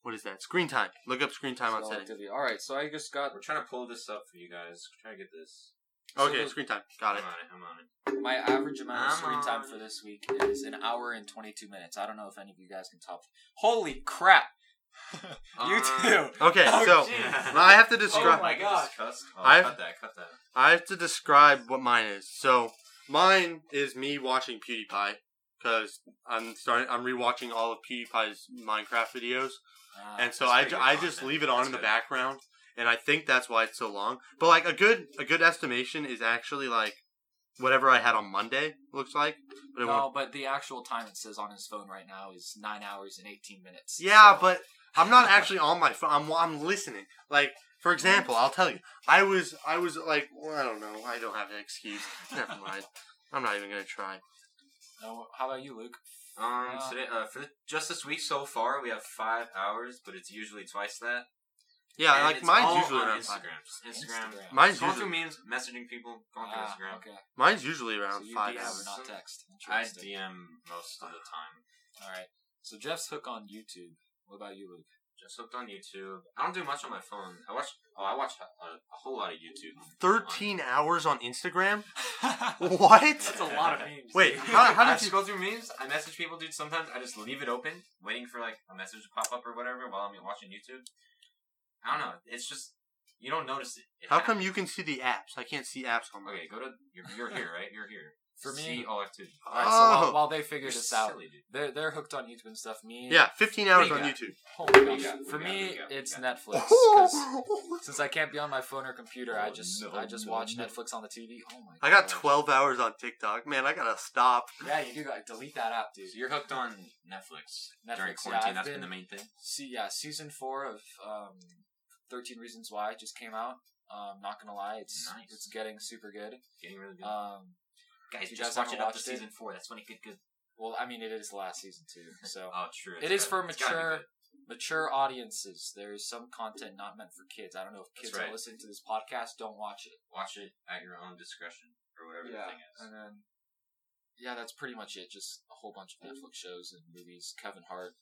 S1: What is that? Screen time. Look up screen time on
S2: So,
S1: settings.
S2: activity. All right, so I just got
S3: We're trying to pull this up for you guys. We're trying to get this.
S2: so
S1: Okay,
S2: the-
S1: screen time. Got it.
S3: I'm on it. I'm on it.
S2: My average amount of
S3: I'm
S2: screen time
S3: on.
S2: for this week is an hour and 22 minutes. I don't know if any of you guys can top. Holy crap! you
S3: Uh,
S2: too!
S1: Okay,
S2: Oh,
S1: so
S2: gee.
S1: now I have to describe.
S2: Oh my gosh.
S3: Discuss- Oh,
S1: I've-
S3: cut that. Cut that.
S1: I have to describe what mine is. So mine is me watching PewDiePie because I'm starting. I'm rewatching all of PewDiePie's Minecraft videos.
S2: Ah,
S1: and so
S3: that's
S1: I,
S3: pretty good
S1: I just
S3: content.
S1: leave it on
S3: That's
S1: in the
S3: good.
S1: background and i think that's why it's so long but like a good a good estimation is actually like whatever i had on monday looks like but it won't
S3: Oh,
S2: no, but the actual time it says on his phone right now is 9 hours and 18 minutes.
S1: yeah
S2: So-
S1: but i'm not actually on my phone i'm, I'm listening like for example i'll tell you i was i was like well, i don't know i don't have an excuse never mind i'm not even gonna try
S2: No, how about you, Luke?
S3: Um,
S2: Uh,
S3: today, uh, for the, just this week so far, we have five hours, but it's usually twice that.
S1: yeah
S3: And
S1: like
S3: it's
S1: mine's
S3: all
S1: usually
S3: on
S1: around
S3: Instagram.
S1: five
S3: Just Instagram.
S2: Instagram.
S1: mine's
S3: going through
S1: usually,
S3: memes, messaging people, going through
S2: Ah,
S3: Instagram.
S2: okay.
S1: mine's usually
S2: So
S1: around
S2: you
S1: five
S2: DM,
S1: hours
S2: not text.
S3: I
S2: Interesting.
S3: DM most of the time.
S2: All right. So Jeff's hook on YouTube. What about you, Luke?
S3: Just hooked on YouTube. I don't do much on my phone. I watch. Oh, I watch a, a, a whole lot of YouTube.
S1: 13 hours on instagram
S2: That's
S1: Oh, what
S2: a lot of memes.
S1: Wait,
S2: dude.
S1: how- how
S3: I
S1: did you-
S3: scroll through memes. I message people, dude. Sometimes I just leave it open, waiting for like a message to pop up or whatever while I'm watching YouTube. I don't know. It's just you don't notice it. It
S1: how come
S3: happens.
S1: you can see the apps i can't see apps on my
S3: Okay, go to you're, you're here, right? You're here.
S2: For me-
S3: see all activity.
S2: All right, so
S1: Oh.
S2: while, while they figure
S3: You're
S2: this out,
S3: silly, dude.
S2: they're they're hooked on YouTube and stuff. Me, and-
S1: Yeah, 15 hours on
S2: What do you
S1: YouTube.
S2: Holy
S3: What
S2: gosh.
S3: do you got?
S2: For
S3: What do you
S2: me,
S3: got? What do you
S2: it's
S3: got?
S2: Netflix. 'cause since I can't be on my phone or computer, I
S3: Oh,
S2: just
S3: no,
S2: I just
S3: no,
S2: watch
S3: no.
S2: Netflix on the TV. Oh my!
S1: I got
S2: gosh.
S1: 12 hours on TikTok. Man, I gotta stop.
S2: Yeah, you do got delete that app, dude.
S3: So you're hooked on Netflix. During
S2: Netflix,
S3: quarantine,
S2: yeah, I've
S3: that's been,
S2: been-
S3: the main thing.
S2: See, yeah, season four of um, Thirteen Reasons Why just came out. Um, not gonna lie, it's
S3: Nice.
S2: it's getting super good.
S3: Getting really good.
S2: Um,
S3: Uh, Guys,
S2: if you
S3: just
S2: guys
S3: watch
S2: haven't
S3: it up to
S2: watched it-
S3: season four. That's when it could. Cause,
S2: well, I mean, it is last season too, so
S3: oh, true.
S2: It
S3: it's
S2: is
S3: gotta-
S2: for
S3: it's gotta be
S2: mature-
S3: good.
S2: mature audiences. There is some content not meant for kids. I don't know if
S3: That's
S2: kids that
S3: right.
S2: listen to this podcast. Don't watch it.
S3: Watch it at your own discretion or whatever the thing is.
S2: and then yeah, that's pretty much it. Just a whole bunch of Netflix shows and movies. Kevin Hart,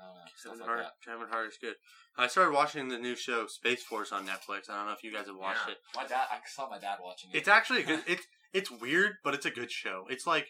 S2: uh, stuff
S1: Kevin
S2: like
S1: Hart,
S2: that.
S1: Kevin Hart is good. I started watching the new show Space Force on Netflix. I don't know if you guys have watched
S3: Yeah.
S1: it.
S2: My dad, I saw my dad watching it.
S1: It's actually a good. It's it's weird, but it's a good show. It's like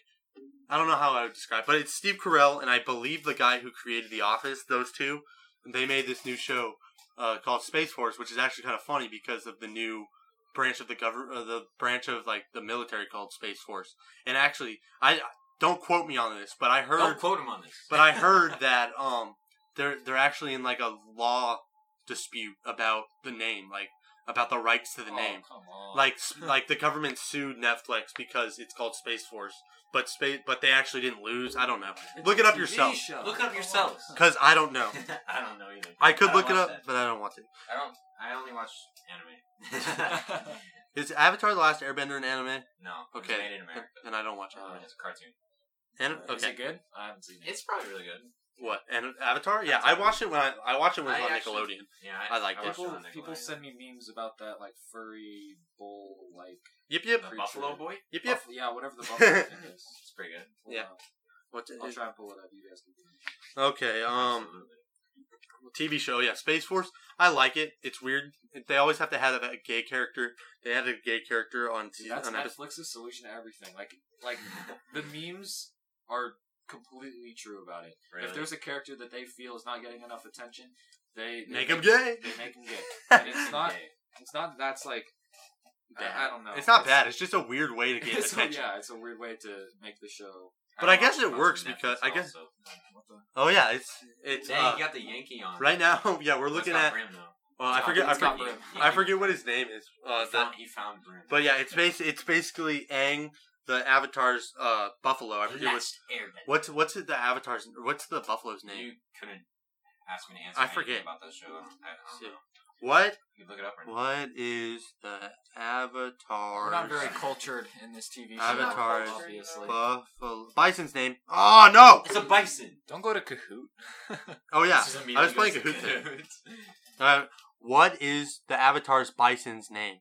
S1: I don't know how I would describe, but it's Steve Carell and I believe the guy who created The Office. Those two, they made this new show uh, called Space Force, which is actually kind of funny because of the new branch of the government, uh, the branch of like the military called Space Force. And actually, I don't quote me on this, but I heard
S3: Don't quote him on this.
S1: but I heard that um they're they're actually in like a law dispute about the name, like about the rights to the
S2: Oh,
S1: name.
S2: Come on.
S1: Like s- like the government sued Netflix because it's called Space Force, but space but they actually didn't lose. I don't know.
S2: It's
S1: Look
S2: a
S1: it up
S2: TV
S1: yourself.
S2: show.
S3: Look it up
S2: Come
S3: yourselves.
S2: on.
S1: Cause I don't know.
S3: I don't know either.
S1: I could
S3: I don't
S1: look it
S3: watch
S1: up,
S3: that.
S1: but I don't want to.
S3: I don't. I only watch anime.
S1: Is Avatar the Last Airbender an anime?
S3: no. it was
S1: Okay,
S3: Made in America.
S1: and I don't watch
S2: Uh,
S1: anime.
S3: It's a cartoon.
S1: Anim-
S2: Is it
S1: okay,
S2: good? I haven't seen it.
S3: It's probably really good.
S1: what? And Avatar? Yeah, I watched it when I, I watched it when it was
S3: I
S1: on
S3: actually-
S1: Nickelodeon.
S3: Yeah,
S1: I liked it.
S3: watched
S2: people,
S3: on Nickelodeon.
S2: people send me memes about that, like furry bull, like
S1: Yep, yep,
S3: the Buffalo Boy.
S1: yep, yep.
S2: buff- yeah, whatever the buffalo thing is.
S3: It's pretty good.
S2: Hold
S1: Yeah.
S2: on.
S1: What
S2: I'll try and pull it up. You guys can.
S1: okay, um.
S3: Absolutely.
S1: TV show, yeah, Space Force. I like it. It's weird. They always have to have a gay character. They had a gay character on
S2: Dude,
S1: season.
S2: that's
S1: on episode.
S2: Netflix's solution to everything. Like, like the memes are completely true about it. If
S3: Really?
S2: there's a character that they feel is not getting enough attention, they, they
S1: Make him gay.
S2: They make him gay. And it's not.
S3: Okay.
S2: It's not. that That's like. I, I don't know.
S1: It's not bad. It's just a weird way to get
S2: It's,
S1: attention.
S2: yeah, it's a weird way to make the show.
S1: But I guess
S3: watch
S1: it
S3: much
S1: works
S3: of Netflix
S1: because- I guess-
S3: also.
S2: What the?
S1: Oh yeah, it's it's
S3: Dang,
S1: uh,
S3: you got the Yankee on.
S1: right now. Yeah, we're
S3: That's
S1: looking
S3: not
S1: at.
S3: Brim, though.
S1: Well, I
S2: It's
S1: forget.
S2: not-
S1: I
S2: it's not
S1: forget.
S2: Brim.
S1: I forget what his name is. Uh,
S3: he,
S1: the,
S3: found, he found Brim.
S1: but yeah, it's bas- It's basically Aang, the Avatar's uh, buffalo. I
S3: The
S1: forget what,
S3: last Airbender.
S1: what's what's it, the Avatar's. What's the buffalo's name?
S3: You couldn't ask me to answer
S1: I
S3: anything
S1: forget.
S3: about that show. I don't, I don't know.
S1: What
S3: You can look it up right now.
S1: what is the Avatar's?
S2: We're not very cultured in this TV show.
S1: Avatar is-
S2: obviously.
S1: Buffalo. Bison's name. Oh no!
S3: It's a bison.
S2: Don't go to Kahoot.
S1: Oh yeah.
S3: This is
S1: I was playing
S3: immediately
S1: Kahoot
S3: goes-
S1: Uh, what is the Avatar's bison's name?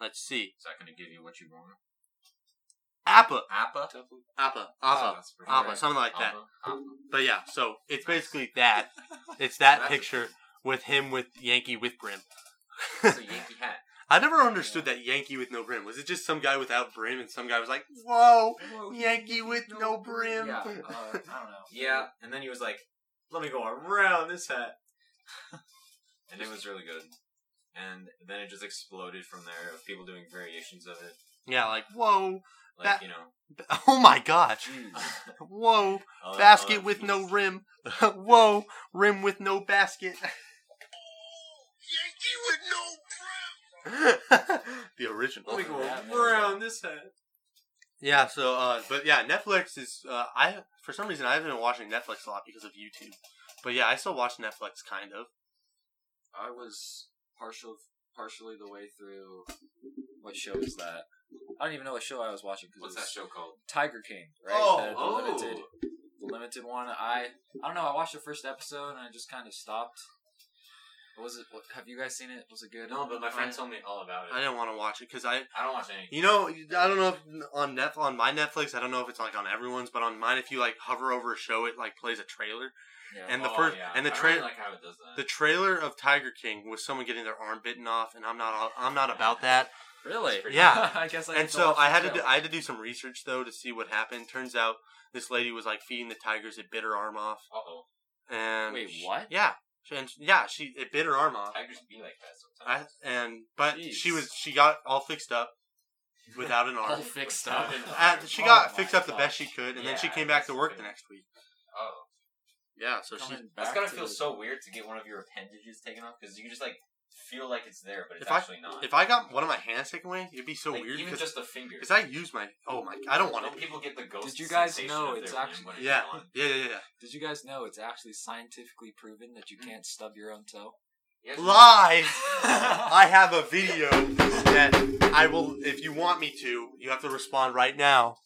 S1: Let's see.
S3: Is that going to give you what you want?
S1: Appa.
S3: Appa?
S1: Appa.
S3: Oh,
S1: Appa.
S3: that's pretty
S1: Appa.
S3: good.
S1: Something like that.
S3: Appa. Appa.
S1: But yeah, so it's basically that. It's that
S3: That's a-
S1: picture with him with Yankee with brim.
S3: It's a Yankee hat.
S1: I never understood that Yankee with no brim. Was it just some guy without brim and some guy was like, "Whoa, Yankee with no brim"?
S2: Yeah, uh, I don't know.
S3: Yeah, and then he was like, "Let me go around this hat," and it was really good. And then it just exploded from there of people doing variations of it,
S1: Yeah, like whoa.
S3: like
S1: That-
S3: you know,
S1: Oh my gosh.
S3: Mm. Hmm.
S1: Whoa.
S3: uh,
S1: basket
S3: uh,
S1: with
S3: he's-
S1: no rim. Whoa, rim with no basket. Yankee with no the original.
S3: Let me go
S2: Yeah, man.
S3: around this hat.
S1: Yeah, so uh but yeah, Netflix is uh I for some reason I haven't been watching Netflix a lot because of YouTube. But yeah, I still watch Netflix kind of.
S2: I was partial, partially the way through. What show is that? I don't even know what show I was watching. 'cause
S3: What's
S2: it
S3: that
S2: was
S3: show called?
S2: Tiger King, right?
S1: Oh,
S2: the, the limited, the limited one. I I don't know. I watched the first episode and I just kind of stopped. What was it? What, have you guys seen it? Was it good?
S3: no, but my friend told me all about it.
S1: I didn't want to watch it cuz I
S3: I don't watch any.
S1: you know, I don't know if on Net on my Netflix, I don't know if it's like on everyone's, but on mine if you like hover over a show it like plays a trailer.
S2: Yeah.
S1: And the
S3: Oh,
S1: first
S3: yeah.
S1: and the
S3: I
S1: trailer
S3: really like how it does that.
S1: The trailer of Tiger King was someone getting their arm bitten off, and I'm not I'm not about that.
S2: really?
S3: pretty
S1: Yeah.
S2: I guess I.
S1: And
S2: have to
S1: so
S2: watch
S1: I
S2: the
S1: had to
S2: show.
S1: do, I had to do some research though to see what happened. Turns out this lady was like feeding the tigers, it bit her arm off,
S3: oh,
S1: and
S2: Wait, what?
S1: Yeah, She- and yeah, she it bit her arm off,
S3: tigers be like that
S1: I,
S3: sometimes.
S1: and but she
S2: Jeez.
S1: was she got all fixed up without an
S2: All
S1: arm.
S2: fixed up.
S1: Uh, she
S2: Oh
S1: got
S2: my
S1: fixed up the
S2: God.
S1: best she could, and then she
S3: Yeah,
S1: came back
S3: that's
S1: to work the
S3: good.
S1: next week.
S3: oh,
S1: Yeah, so she.
S2: Coming
S3: that's
S2: back
S3: gotta
S2: to
S3: feel
S2: the-
S3: so weird to get one of your appendages taken off because you can just like feel like it's there, but it's
S1: If I-
S3: actually not.
S1: If I got one of my hands taken away, it'd be so
S3: Like,
S1: weird
S3: even
S1: because
S3: just a finger.
S1: I use my oh my I don't want
S3: Don't
S1: to
S3: people get the ghost?
S2: Did you guys
S3: sensation
S2: know
S3: of
S2: it's
S3: their hand
S2: actually-
S3: when it's
S1: Yeah.
S3: on?
S1: Yeah, yeah, yeah.
S3: Mm.
S2: Did you guys know it's actually scientifically proven that you can't stub your own toe?
S3: Yes.
S1: Live!
S2: I
S1: I have a video that I will, if you want me to, you have to respond right now.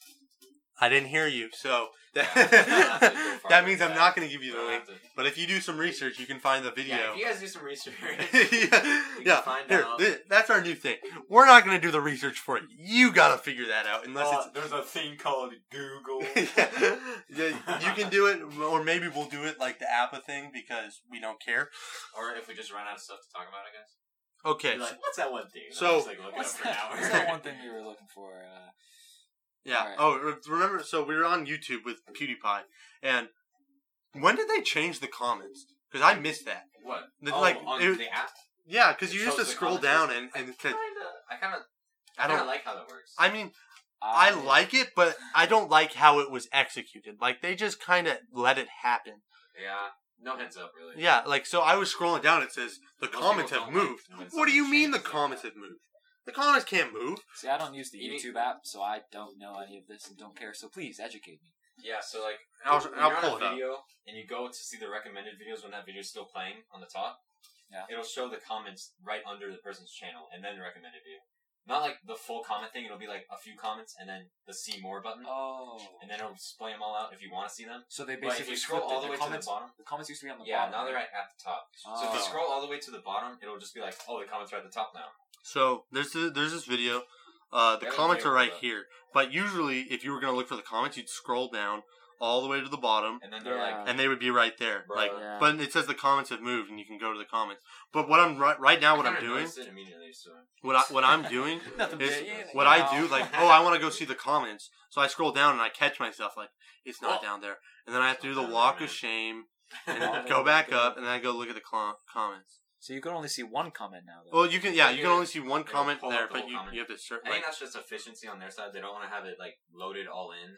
S1: I didn't hear you, so that, that means I'm not going to give you the link. But if you do some research, you can find the video.
S3: Uh-huh. Yeah, if you guys do some research.
S1: yeah,
S3: We can
S1: yeah.
S3: find
S1: Here,
S3: out.
S1: thi- that's our new thing. We're not going to do the research for you. You got to figure that out, unless it's
S2: there's a thing called Google.
S1: yeah, you can do it, or maybe we'll do it like the Appa thing because we don't care.
S3: or if we just run out of stuff to talk about, I guess.
S1: Okay,
S3: Be like, what's that one thing?
S1: So-
S3: Just, like, look it
S2: What's
S3: up for an
S2: that,
S3: hour.
S2: what's that one thing you were looking for? Uh,
S1: Yeah.
S2: Alright.
S1: Oh, re- remember? So we were on YouTube with PewDiePie, and when did they change the comments? Because I missed that.
S3: What?
S1: The-
S3: oh,
S1: like,
S3: on
S1: it-
S3: the app.
S1: Yeah, because you
S3: It
S1: used to
S3: shows the
S1: scroll
S3: comments.
S1: down and and it
S3: I
S1: said,
S3: kind of. I
S1: I
S3: kind of
S1: don't.
S3: like how that works.
S1: I mean, I
S2: I-
S1: like it, but I don't like how it was executed. Like they just kind of let it happen.
S3: yeah. No heads up, really.
S1: Yeah. Like so, I was scrolling down. It says the
S3: Most
S1: comments
S3: people
S1: have
S3: don't like
S1: moved.
S3: when
S1: What do you
S3: something
S1: mean the
S3: changes like
S1: comments
S3: that.
S1: have moved? The comments can't move.
S2: See, I don't use the
S3: You need-
S2: YouTube app, so I don't know any of this and don't care. So please educate me.
S3: Yeah, so like
S1: I'll-
S3: when
S1: I'll
S3: you're on
S1: pull it
S3: a
S1: up.
S3: video and you go to see the recommended videos when that video's still playing on the top.
S2: Yeah.
S3: It'll show the comments right under the person's channel and then the recommended video. Not like the full comment thing. It'll be like a few comments and then the see more button,
S2: Oh,
S3: and then it'll display them all out if you want to see them.
S2: so they
S3: Mm. But if
S2: basically
S3: you scroll
S2: flipped it.
S3: all the way
S2: comments.
S3: to the bottom,
S2: the comments used to be on the
S3: yeah,
S2: bottom.
S3: now they're right at the top. So if you
S1: Oh.
S3: scroll all the way to the bottom, it'll just be like, oh, the comments are at the top now.
S1: So there's the, there's this video. Uh, the
S3: Yeah,
S1: comments
S3: yeah,
S1: are right
S3: yeah.
S1: here, but usually if you were gonna look for the comments, you'd scroll down all the way to the bottom,
S3: And then they're
S2: Yeah.
S3: like,
S1: and they would be right there.
S3: Bruh.
S1: Like,
S2: Yeah.
S1: but it says the comments have moved, and you can go to the comments. But what I'm right, right now, what
S3: I
S1: I'm
S3: kinda
S1: doing,
S3: noticed it immediately. So
S1: what I, what I'm doing,
S2: Nothing
S1: is
S2: big, yeah,
S1: what
S2: you
S1: I
S2: know.
S1: do. Like, oh, I want to go see the comments, so I scroll down and I catch myself like it's not
S3: Oh.
S1: down there, and then I have to do the
S3: Oh,
S1: walk
S3: man.
S1: of shame and
S2: Oh,
S1: then
S2: there
S1: go
S2: we
S1: back
S2: go.
S1: up, and then I go look at the cl- comments.
S2: So you can only see one comment now. Though.
S1: Well, you can yeah, you can
S3: Yeah.
S1: only see one
S3: Yeah,
S1: comment
S3: pull up
S1: there,
S3: the
S1: but
S3: whole
S1: you,
S3: comment.
S1: you have to search.
S3: I
S1: Like,
S3: think that's just efficiency on their side. They don't want to have it like loaded all in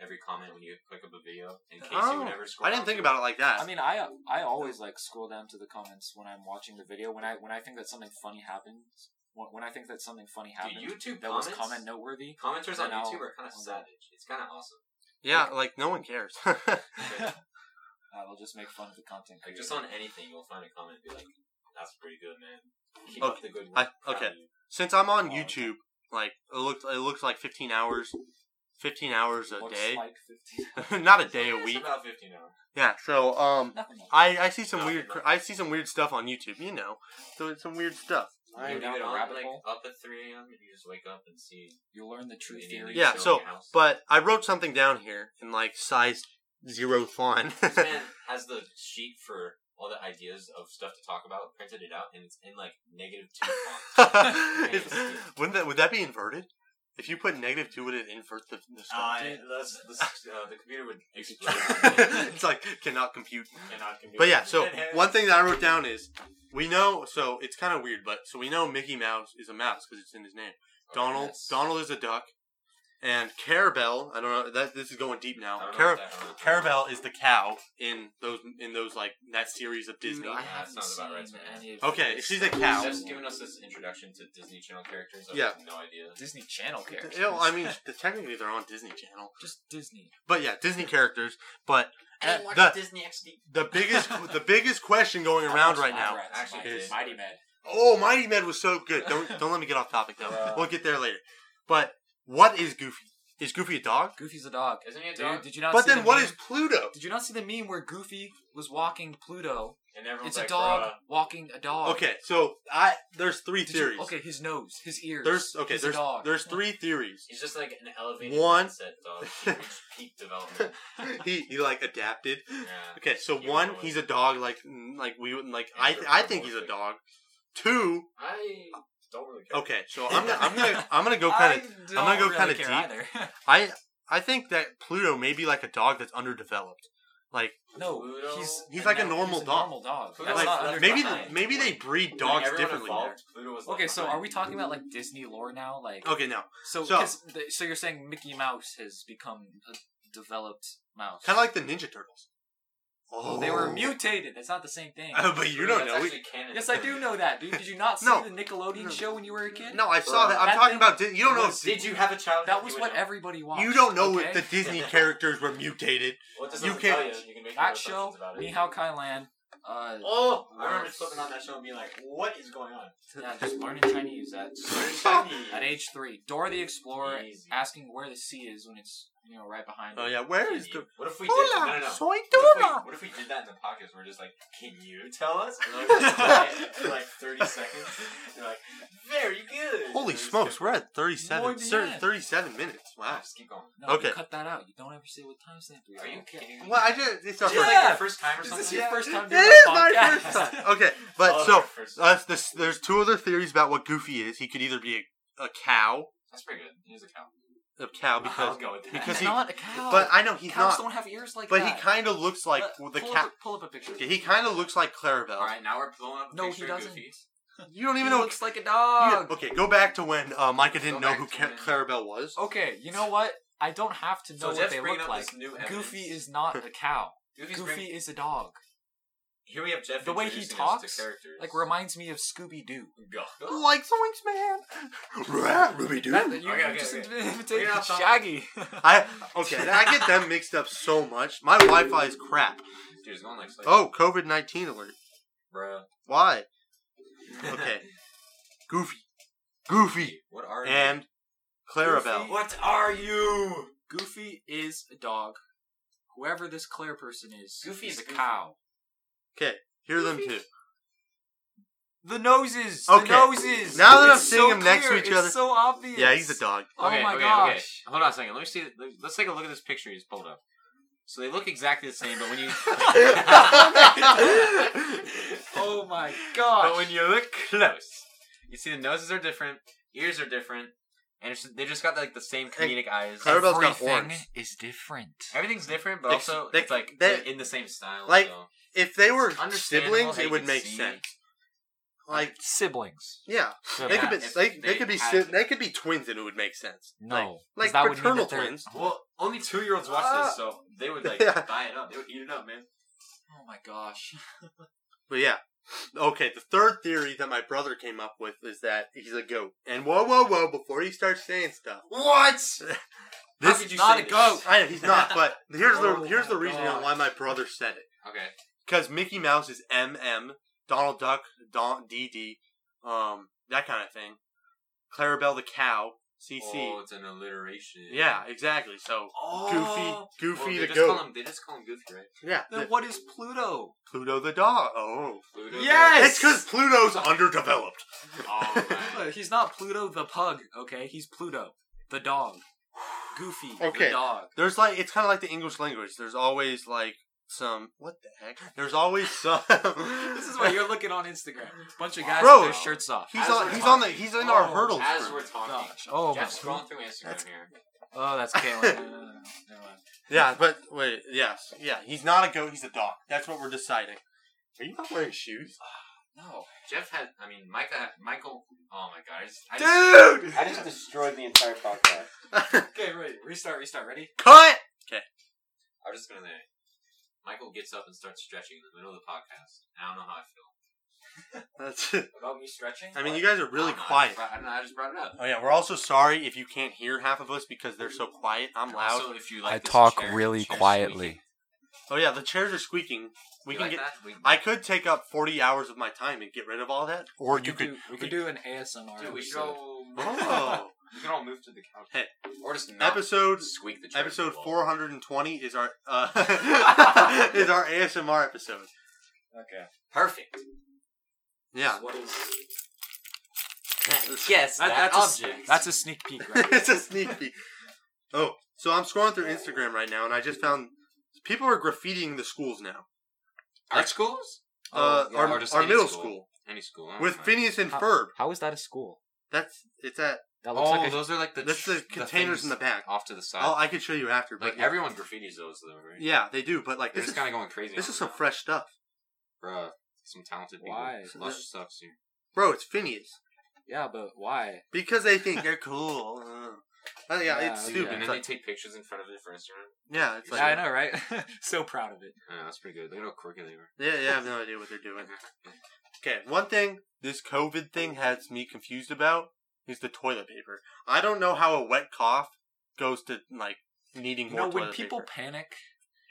S3: every comment when you click up a video in case you
S1: Oh,
S3: would ever scroll.
S1: I didn't think about it like that.
S2: I mean, I I always like scroll down to the comments when I'm watching the video when I when I think that something funny happens when, when I think that something funny happened
S3: YouTube
S2: that was
S3: comments?
S2: comment noteworthy.
S3: Commenters on
S2: And I'll-
S3: YouTube are kind of
S2: I'll-
S3: savage. It's kind of awesome.
S1: yeah, like no one cares.
S2: uh, they'll just make fun of the content.
S3: Like
S2: creator.
S3: just on anything, you'll find a comment and be like, "That's pretty good, man. Keep up
S1: Okay.
S3: the good
S1: I-
S3: work." Proud
S1: okay.
S3: of you."
S1: Since I'm on
S2: Oh, okay.
S1: YouTube, like it looks, it looks like 15 hours, 15 hours a
S2: Looks
S1: day,
S2: like 15.
S1: not a day, a
S3: It's
S1: week.
S3: about fifteen hours.
S1: Yeah. So um,
S2: Nothing.
S1: I I see some
S3: No,
S1: weird,
S3: no.
S1: cr- I see some weird stuff on YouTube. You know, so it's some weird stuff.
S2: I
S3: You
S2: am
S3: leave
S2: down
S3: it
S2: the
S3: on
S2: rabbit
S3: like uh,
S2: hole.
S3: up at three a.m. and you just wake up and see.
S2: You learn the true
S3: Indian
S2: theory.
S3: dude
S1: Yeah,
S3: still in
S1: so-
S3: your house.
S1: But I wrote something down here in like size zero font.
S3: This man has the sheet for all the ideas of stuff to talk about, printed it out, and it's in like negative two font.
S1: It's- wouldn't that would that be inverted? If you put negative two, would it invert the, the stuff?
S3: Uh, that's, that's, uh, the computer would explode.
S1: it's like cannot compute.
S3: Cannot compute.
S1: But yeah, so
S3: It
S1: one thing that I wrote down is we know. So it's kind of weird, but so we know Mickey Mouse is a mouse because it's in his name.
S3: has-
S1: Donald
S3: Yes.
S1: Donald is a duck, and Carabelle. I don't know. That this is going deep
S3: I
S1: now.
S3: don't know
S1: Cara,
S3: what that one is.
S1: Carabelle is the cow in those in those like that series of
S2: Dude,
S1: Disney.
S2: I
S3: that
S2: haven't
S3: sounds
S2: seen
S3: about right to me.
S2: any of
S1: Okay,
S2: this.
S1: she's a cow.
S3: Jeff's given us this introduction to Disney Channel characters. I
S1: Yeah.
S3: have no idea.
S2: Disney Channel characters.
S1: You know, I mean, technically they're on Disney Channel,
S2: just Disney.
S1: but yeah, Disney characters. But
S3: I
S1: uh,
S3: didn't watch
S1: the
S3: Disney XD.
S1: the biggest the biggest question going
S2: I
S1: around
S2: watched
S1: right
S2: Mad
S1: now
S2: Rats,
S3: Actually,
S2: Mighty-
S3: is-
S2: Mighty Med.
S1: Oh, Mighty Med was so good. Don't, don't let me get off topic though.
S2: Yeah.
S1: We'll get there later. But what is Goofy? Is Goofy a dog?
S2: Goofy's a dog.
S3: Isn't he a
S2: Dude,
S3: dog?
S2: did you not?
S1: but
S2: see
S1: then
S2: the
S1: what
S2: meme?
S1: is Pluto?
S2: Did you not see the meme where Goofy was walking Pluto?
S3: And everyone's
S2: It's
S3: like,
S2: a dog
S3: "Bruh."
S2: walking a dog.
S1: Okay, so I there's three
S2: Did you-
S1: theories.
S2: okay, his nose, his ears.
S1: There's okay,
S2: He's
S1: there's
S2: a dog.
S1: there's three theories.
S3: He's just like an elevated
S1: One.
S3: mindset dog. He reached peak development.
S1: he he like adapted.
S3: Yeah.
S1: Okay, so
S3: You
S1: one,
S3: know it.
S1: he's a dog like like we wouldn't like I th- I think he's a dog. Two,
S3: I don't really care.
S1: okay, so I'm gonna I'm gonna I'm gonna go kind of
S2: I'm
S1: gonna go
S2: kind
S1: kinda
S2: of
S1: deep. I I think that Pluto may be like a dog that's underdeveloped. Like
S2: no,
S3: Pluto-
S2: he's
S1: He's like a
S2: no,
S1: normal
S2: he's
S1: dog.
S2: normal dog.
S3: Pluto's
S1: like,
S2: That's not under-
S1: maybe
S3: behind.
S1: maybe they breed
S3: When
S1: dogs
S3: everyone
S1: differently. there.
S3: evolved, Pluto was
S2: Okay,
S3: like
S2: so
S3: behind.
S2: are we talking about like Disney lore now? Like,
S1: Okay, now
S2: so
S1: so-
S2: 'cause the, so you're saying Mickey Mouse has become a developed mouse?
S1: kind of like the Ninja Turtles.
S2: Oh, they were mutated. That's not the same thing.
S1: Uh, but you don't
S3: Pluto, that's
S1: know.
S3: actually canon.
S2: yes, I do know that, dude. Did you not see
S1: No.
S2: the Nickelodeon
S1: No.
S2: show when you were a
S1: We-
S2: kid?
S1: no, I saw that. I'm
S2: That
S1: talking
S2: thing
S1: about. Di- you don't know.
S2: was-
S3: Did you have a child?
S2: That was
S3: You
S2: what
S3: would know.
S2: everybody watched.
S1: You don't know
S2: okay?
S1: if the Disney characters were mutated.
S3: Well, it just
S1: You
S3: doesn't
S1: can't-
S3: tell you. You can make your own
S2: that
S3: assumptions
S2: show,
S3: about it.
S2: Nihao Kai Lan, Uh,
S3: Oh, I remember
S2: Worse.
S3: flipping on that show and being like, "What is going on?"
S2: yeah, just learning Chinese at at age three. Dora the Explorer
S3: Easy.
S2: asking where the sea is when it's you know right behind.
S1: Oh
S2: her.
S1: yeah, where is the?
S3: What if we did? No, no,
S1: Hola,
S3: no.
S1: soy
S3: What if,
S1: Dora.
S3: we, what if we did that in the podcast? We're just like, can you tell us? And they'll just play it for like 30 seconds. They're like, very good.
S1: Holy
S3: And just
S1: smokes,
S3: go-
S1: we're at thirty-seven.
S2: Lord,
S1: sir,
S2: yes.
S1: thirty-seven minutes. Wow.
S3: Just keep going.
S2: No, you
S1: Okay.
S2: cut that out. You don't ever say what timestamp we
S3: Are you kidding me?
S1: Well, I just it's our
S3: Is
S1: first.
S3: this like your first time or
S2: Is
S3: something?
S2: this your first time
S1: It
S2: doing
S1: is
S2: a
S1: my
S2: podcast?
S1: first time. Okay, but
S3: Oh,
S1: so
S3: first time.
S1: Uh, this, there's two other theories about what Goofy is. He could either be a, a cow,
S3: That's pretty good. He's a cow.
S1: a cow
S3: I'll
S1: because,
S3: go with that.
S1: because he-
S2: not a cow.
S1: but I know he's
S2: Oh, cows
S1: not.
S2: don't have ears like
S1: But
S2: that.
S1: he kind of looks like
S2: Let-
S1: the
S2: pull
S1: cat.
S2: Up, pull up a picture.
S1: He kind of looks like Clarabelle.
S3: All right, now we're blowing up. the
S2: No, he
S3: picture of
S2: doesn't.
S3: Goofy.
S1: You don't even
S2: he
S1: know.
S2: looks like a
S1: you-
S2: dog.
S1: okay, go back to when uh, Micah didn't
S3: Go
S1: know
S3: back
S1: who
S3: to
S1: Ca-
S3: when-
S1: Clarabelle was.
S2: Okay, you know what? I don't have to know
S3: So
S2: what
S3: Jeff's
S2: they
S3: bringing
S2: look
S3: up
S2: like.
S3: this new evidence.
S2: Goofy is not a cow.
S3: Goofy's
S2: Goofy
S3: Bringing,
S2: is a dog.
S3: here we have Jeff.
S2: the way he
S3: introducing us
S2: talks,
S3: to characters.
S2: Like reminds me of Scooby Doo.
S3: Go.
S1: Like Zoinks, man. Rah, Ruby Doo.
S2: That, you
S3: Okay,
S2: you
S3: okay,
S2: just
S3: okay.
S2: imitated
S3: We're not talking-
S2: Shaggy.
S1: I okay. I get them mixed up so much. My Wi-Fi is crap.
S3: Dude, it's going like. so.
S1: Oh, COVID nineteen alert.
S3: Bruh.
S1: Why? Okay, Goofy, Goofy,
S3: what are you?
S1: and Clarabelle.
S2: Goofy.
S3: What are you?
S2: Goofy is a dog. Whoever this Claire person is,
S3: Goofy
S2: is
S3: is
S2: a
S3: Goofy.
S2: cow.
S1: Okay, hear them too.
S2: The noses.
S1: Okay.
S2: The noses.
S1: Now that I'm
S2: It's
S1: seeing
S2: so
S1: them next to
S2: clear,
S1: each
S2: it's
S1: other-
S2: so obvious.
S1: Yeah, he's a dog.
S2: Oh my gosh.
S3: Hold on a second. Let me see. Let's take a look at this picture he's pulled up. So they look exactly the same, but when you
S2: Oh my
S3: but
S2: gosh.
S3: when you look close, you see the noses are different, ears are different, and it's, they just got like the same comedic eyes.
S1: Clara- Clarabelle's got horns.
S2: is different.
S3: Everything's different, but
S1: They-
S3: also
S1: they-
S3: it's like
S1: they-
S3: in the same style.
S1: like,
S3: so.
S1: If they were
S3: It's understandable
S1: siblings,
S3: how
S1: it
S3: you
S1: would
S3: can
S1: make
S3: see-
S1: sense. Like,
S2: Siblings.
S1: yeah,
S3: Yeah,
S1: they could be
S3: if
S1: they, they,
S3: they
S1: could be
S3: had
S1: si-
S3: to-
S1: they could be twins, and it would make sense.
S2: No.
S1: like,
S2: 'cause that
S1: like
S2: would mean
S1: fraternal
S2: that they're-
S1: twins.
S3: Well, only two year olds watch
S1: Ah.
S3: this, so they would like
S1: Yeah.
S3: buy it up. They would eat it up, man.
S2: Oh my gosh.
S1: But yeah. Okay, the third theory that my brother came up with is that he's a goat. And whoa, whoa, whoa! Before you start saying stuff,
S3: What?
S1: This
S3: How could
S2: is
S3: you
S2: not
S3: say
S2: a
S3: this?
S2: goat.
S1: I know he's not. But here's
S2: Oh
S1: the here's the
S2: my
S1: reason on
S2: God.
S1: why my brother said it.
S3: Okay.
S1: Because Mickey Mouse is MM, Donald Duck, Don DD, um, that kind of thing. Clarabelle the cow, CC.
S3: Oh, it's an alliteration.
S1: Yeah, exactly. So
S2: Oh.
S1: Goofy, Goofy
S3: they
S1: the
S3: just Call
S1: goat.
S3: him, they just call him Goofy, right?
S1: yeah,
S2: Then
S1: the-
S2: what is Pluto?
S1: Pluto the dog. Oh,
S3: Pluto.
S2: Yes!
S1: it's because Pluto's underdeveloped.
S3: Oh, man.
S2: He's not Pluto the pug, okay? He's Pluto the dog. Goofy
S1: Okay.
S2: the dog.
S1: There's like it's kind of like the English language. There's always like some what the heck? There's always some.
S2: This is what you're looking on Instagram. Bunch of guys
S1: Bro.
S2: with their shirts off.
S1: He's
S3: As
S1: on.
S3: we're
S1: He's
S3: talking-
S1: on the. He's in our
S2: Oh,
S1: hurdles.
S3: As
S1: group.
S3: we're talking,
S2: Gosh. Oh my.
S3: Jeff's scrolling through Instagram
S1: That's-
S3: here.
S2: Oh, that's Caitlin. No, no, no, no, never mind.
S1: Yeah, but wait. Yes. Yeah. He's not a goat. He's a dog. That's what we're deciding. Are you not wearing shoes,
S2: No.
S3: Jeff had, I mean, Micah, Michael. Oh my god, I just, I just,
S1: dude?
S3: I just destroyed the entire podcast.
S2: Okay, ready. Restart, restart. Ready?
S1: Cut.
S3: I'm just gonna say, Michael gets up and starts stretching in the middle of the podcast. I don't know how I feel
S1: That's. It.
S3: about me stretching.
S1: I mean, you guys are really
S3: I don't know,
S1: quiet.
S3: I just, brought, I, don't know, I just brought it up.
S1: Oh yeah, we're also sorry if you can't hear half of us because they're so quiet. I'm loud.
S3: Also, if you like
S2: I
S3: this
S2: talk
S3: chair-
S2: really
S3: chair
S2: quietly.
S1: oh yeah, the chairs are squeaking. We can
S3: squeaking, you
S1: get.
S3: like that? We-
S1: I could take up 40 hours of my time and get rid of all that, or you could.
S2: Do, we could do an ASMR.
S3: Dude, we should
S2: episode.
S3: all.
S1: Oh,
S3: We can all move to the couch.
S1: Hey.
S3: Or just not
S1: episode
S3: squeak the chair.
S1: episode
S3: Well,
S1: 420 is our uh, is our ASMR episode.
S2: Okay.
S3: Perfect.
S1: Yeah,
S2: What is?
S3: Yes,
S2: That, that's, a, that's a sneak peek, right?
S1: it's a sneak peek. Oh, so I'm scrolling through Instagram right now, and I just found people are graffitiing the schools now.
S3: art schools.
S1: Uh,
S2: Oh, yeah.
S1: our,
S3: Or just
S1: our
S3: any
S1: middle
S3: school. Oh,
S1: school,
S3: Any school.
S1: with Phineas and Ferb.
S2: How is that a school?
S1: That's it's at
S2: That
S3: Oh,
S2: looks like a
S3: those are like the
S1: that's the containers in the back.
S3: off to the side.
S1: Oh, I could show you after, but
S3: like
S1: yeah.
S3: everyone graffitis those though, right?
S1: yeah, they do. But like
S3: They're
S1: this
S3: just
S1: is
S3: kind of going crazy.
S1: this
S3: on
S1: is some
S3: them now.
S1: fresh stuff,
S3: Bruh, some talented people.
S2: Why?
S3: Lush sucks here.
S1: bro. It's Phineas.
S2: Yeah, but why?
S1: Because they think they're cool. Uh, yeah,
S2: Yeah,
S1: it's
S2: okay.
S1: stupid.
S3: And
S1: It's
S3: then
S1: like-
S3: they take pictures in front of it for Instagram.
S1: yeah, it's like
S2: yeah, I know, right? so proud of it.
S3: Yeah, that's pretty good. Look at how quirky they were.
S1: yeah, yeah, I have no idea what they're doing. Okay, one thing this COVID thing has me confused about is the toilet paper. I don't know how a wet cough goes to like needing
S2: You
S1: more
S2: know, when
S1: toilet
S2: people
S1: paper.
S2: panic,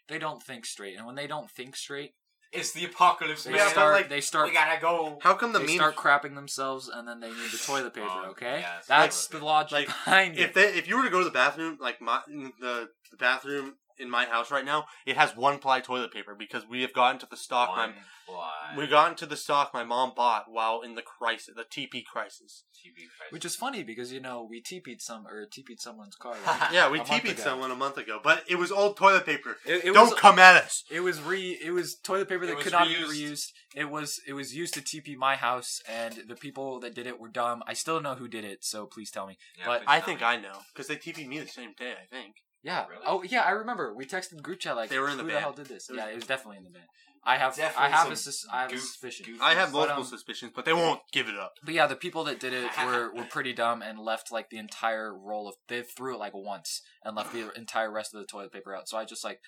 S2: they don't think straight, and when they don't think straight,
S3: It's the apocalypse,
S2: They
S1: Yeah, but
S3: man.
S2: start.
S1: like,
S2: they start.
S3: we gotta go.
S1: How come the
S2: they
S1: mean
S2: start crapping themselves, and then they need the toilet paper.
S3: Oh,
S2: okay,
S3: yeah, it's
S2: that's
S3: toilet
S2: the
S3: paper.
S2: logic
S1: Like,
S2: behind
S1: if
S2: it.
S1: they if you were to go to the bathroom like my the, the bathroom in my house right now it has one ply toilet paper because we have gotten to the stock
S3: One
S1: my
S3: fly.
S1: we've gotten to the stock my mom bought while in the crisis the TP crisis
S3: TV crisis.
S2: Which is funny because you know we TP'd some or TP'd someone's car.
S1: yeah we
S2: A month
S1: TP'd
S2: ago.
S1: someone a month ago but it was old toilet paper
S2: It, it
S1: don't
S2: was,
S1: come at us
S2: It was re. It was toilet paper
S3: It
S2: that
S3: was
S2: could not be
S3: reused.
S2: reused. It was. It was used to TP my house, and the people that did it were dumb. I still don't know who did it, so please tell me.
S3: Yeah,
S2: but
S3: please
S1: I
S3: tell
S1: think
S3: me.
S1: I know because they TP'd me the same day I think
S2: Yeah.
S3: Really?
S2: Oh yeah, I remember. We texted group chat like
S1: They were in the
S2: who
S1: van.
S2: the hell did this?
S1: It was-
S2: yeah, it was definitely in the van. I have. I
S3: Definitely
S2: have a.
S3: some
S2: Sus- I have a
S3: goof-
S2: suspicion.
S3: goof-
S1: I have
S2: But,
S1: multiple
S2: um,
S1: suspicions but they won't give it up
S2: But yeah, the people that did it were, were pretty dumb and left like the entire roll of they threw it like once and left the entire rest of the toilet paper out. So I just like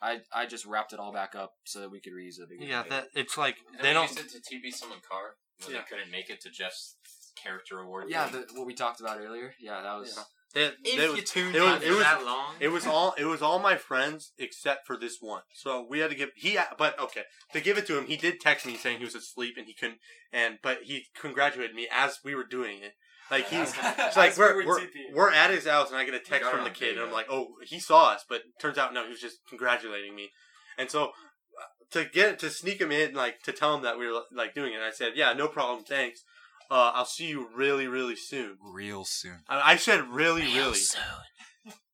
S2: I I just wrapped it all back up so that we could reuse it again.
S1: yeah that it's like
S3: And
S1: they
S3: we
S1: don't
S3: used it to TB someone's car when
S1: Yeah.
S3: they couldn't make it to Jeff's character award.
S2: Yeah,
S3: thing.
S2: the, what we talked about earlier. Yeah, that was
S1: Yeah. they,
S3: if
S1: they
S3: you
S1: was-
S3: tuned
S1: it was-
S3: in
S1: it
S3: for
S1: was-
S3: that long,
S1: It was all it was all my friends except for this one. So we had to give he but okay to give it to him. He did text me saying he was asleep and he couldn't and but he congratulated me as we were doing it. Like he, it's like we're we are we are at his house and I get a text
S3: got it
S1: from the
S3: on
S1: kid and I'm
S3: video.
S1: like, oh, he saw us, but turns out no, he was just congratulating me. And so uh, to get to sneak him in, like to tell him that we were like doing it, I said, yeah, no problem, thanks. Uh, I'll see you really, really soon.
S2: real soon.
S1: I I said really, really.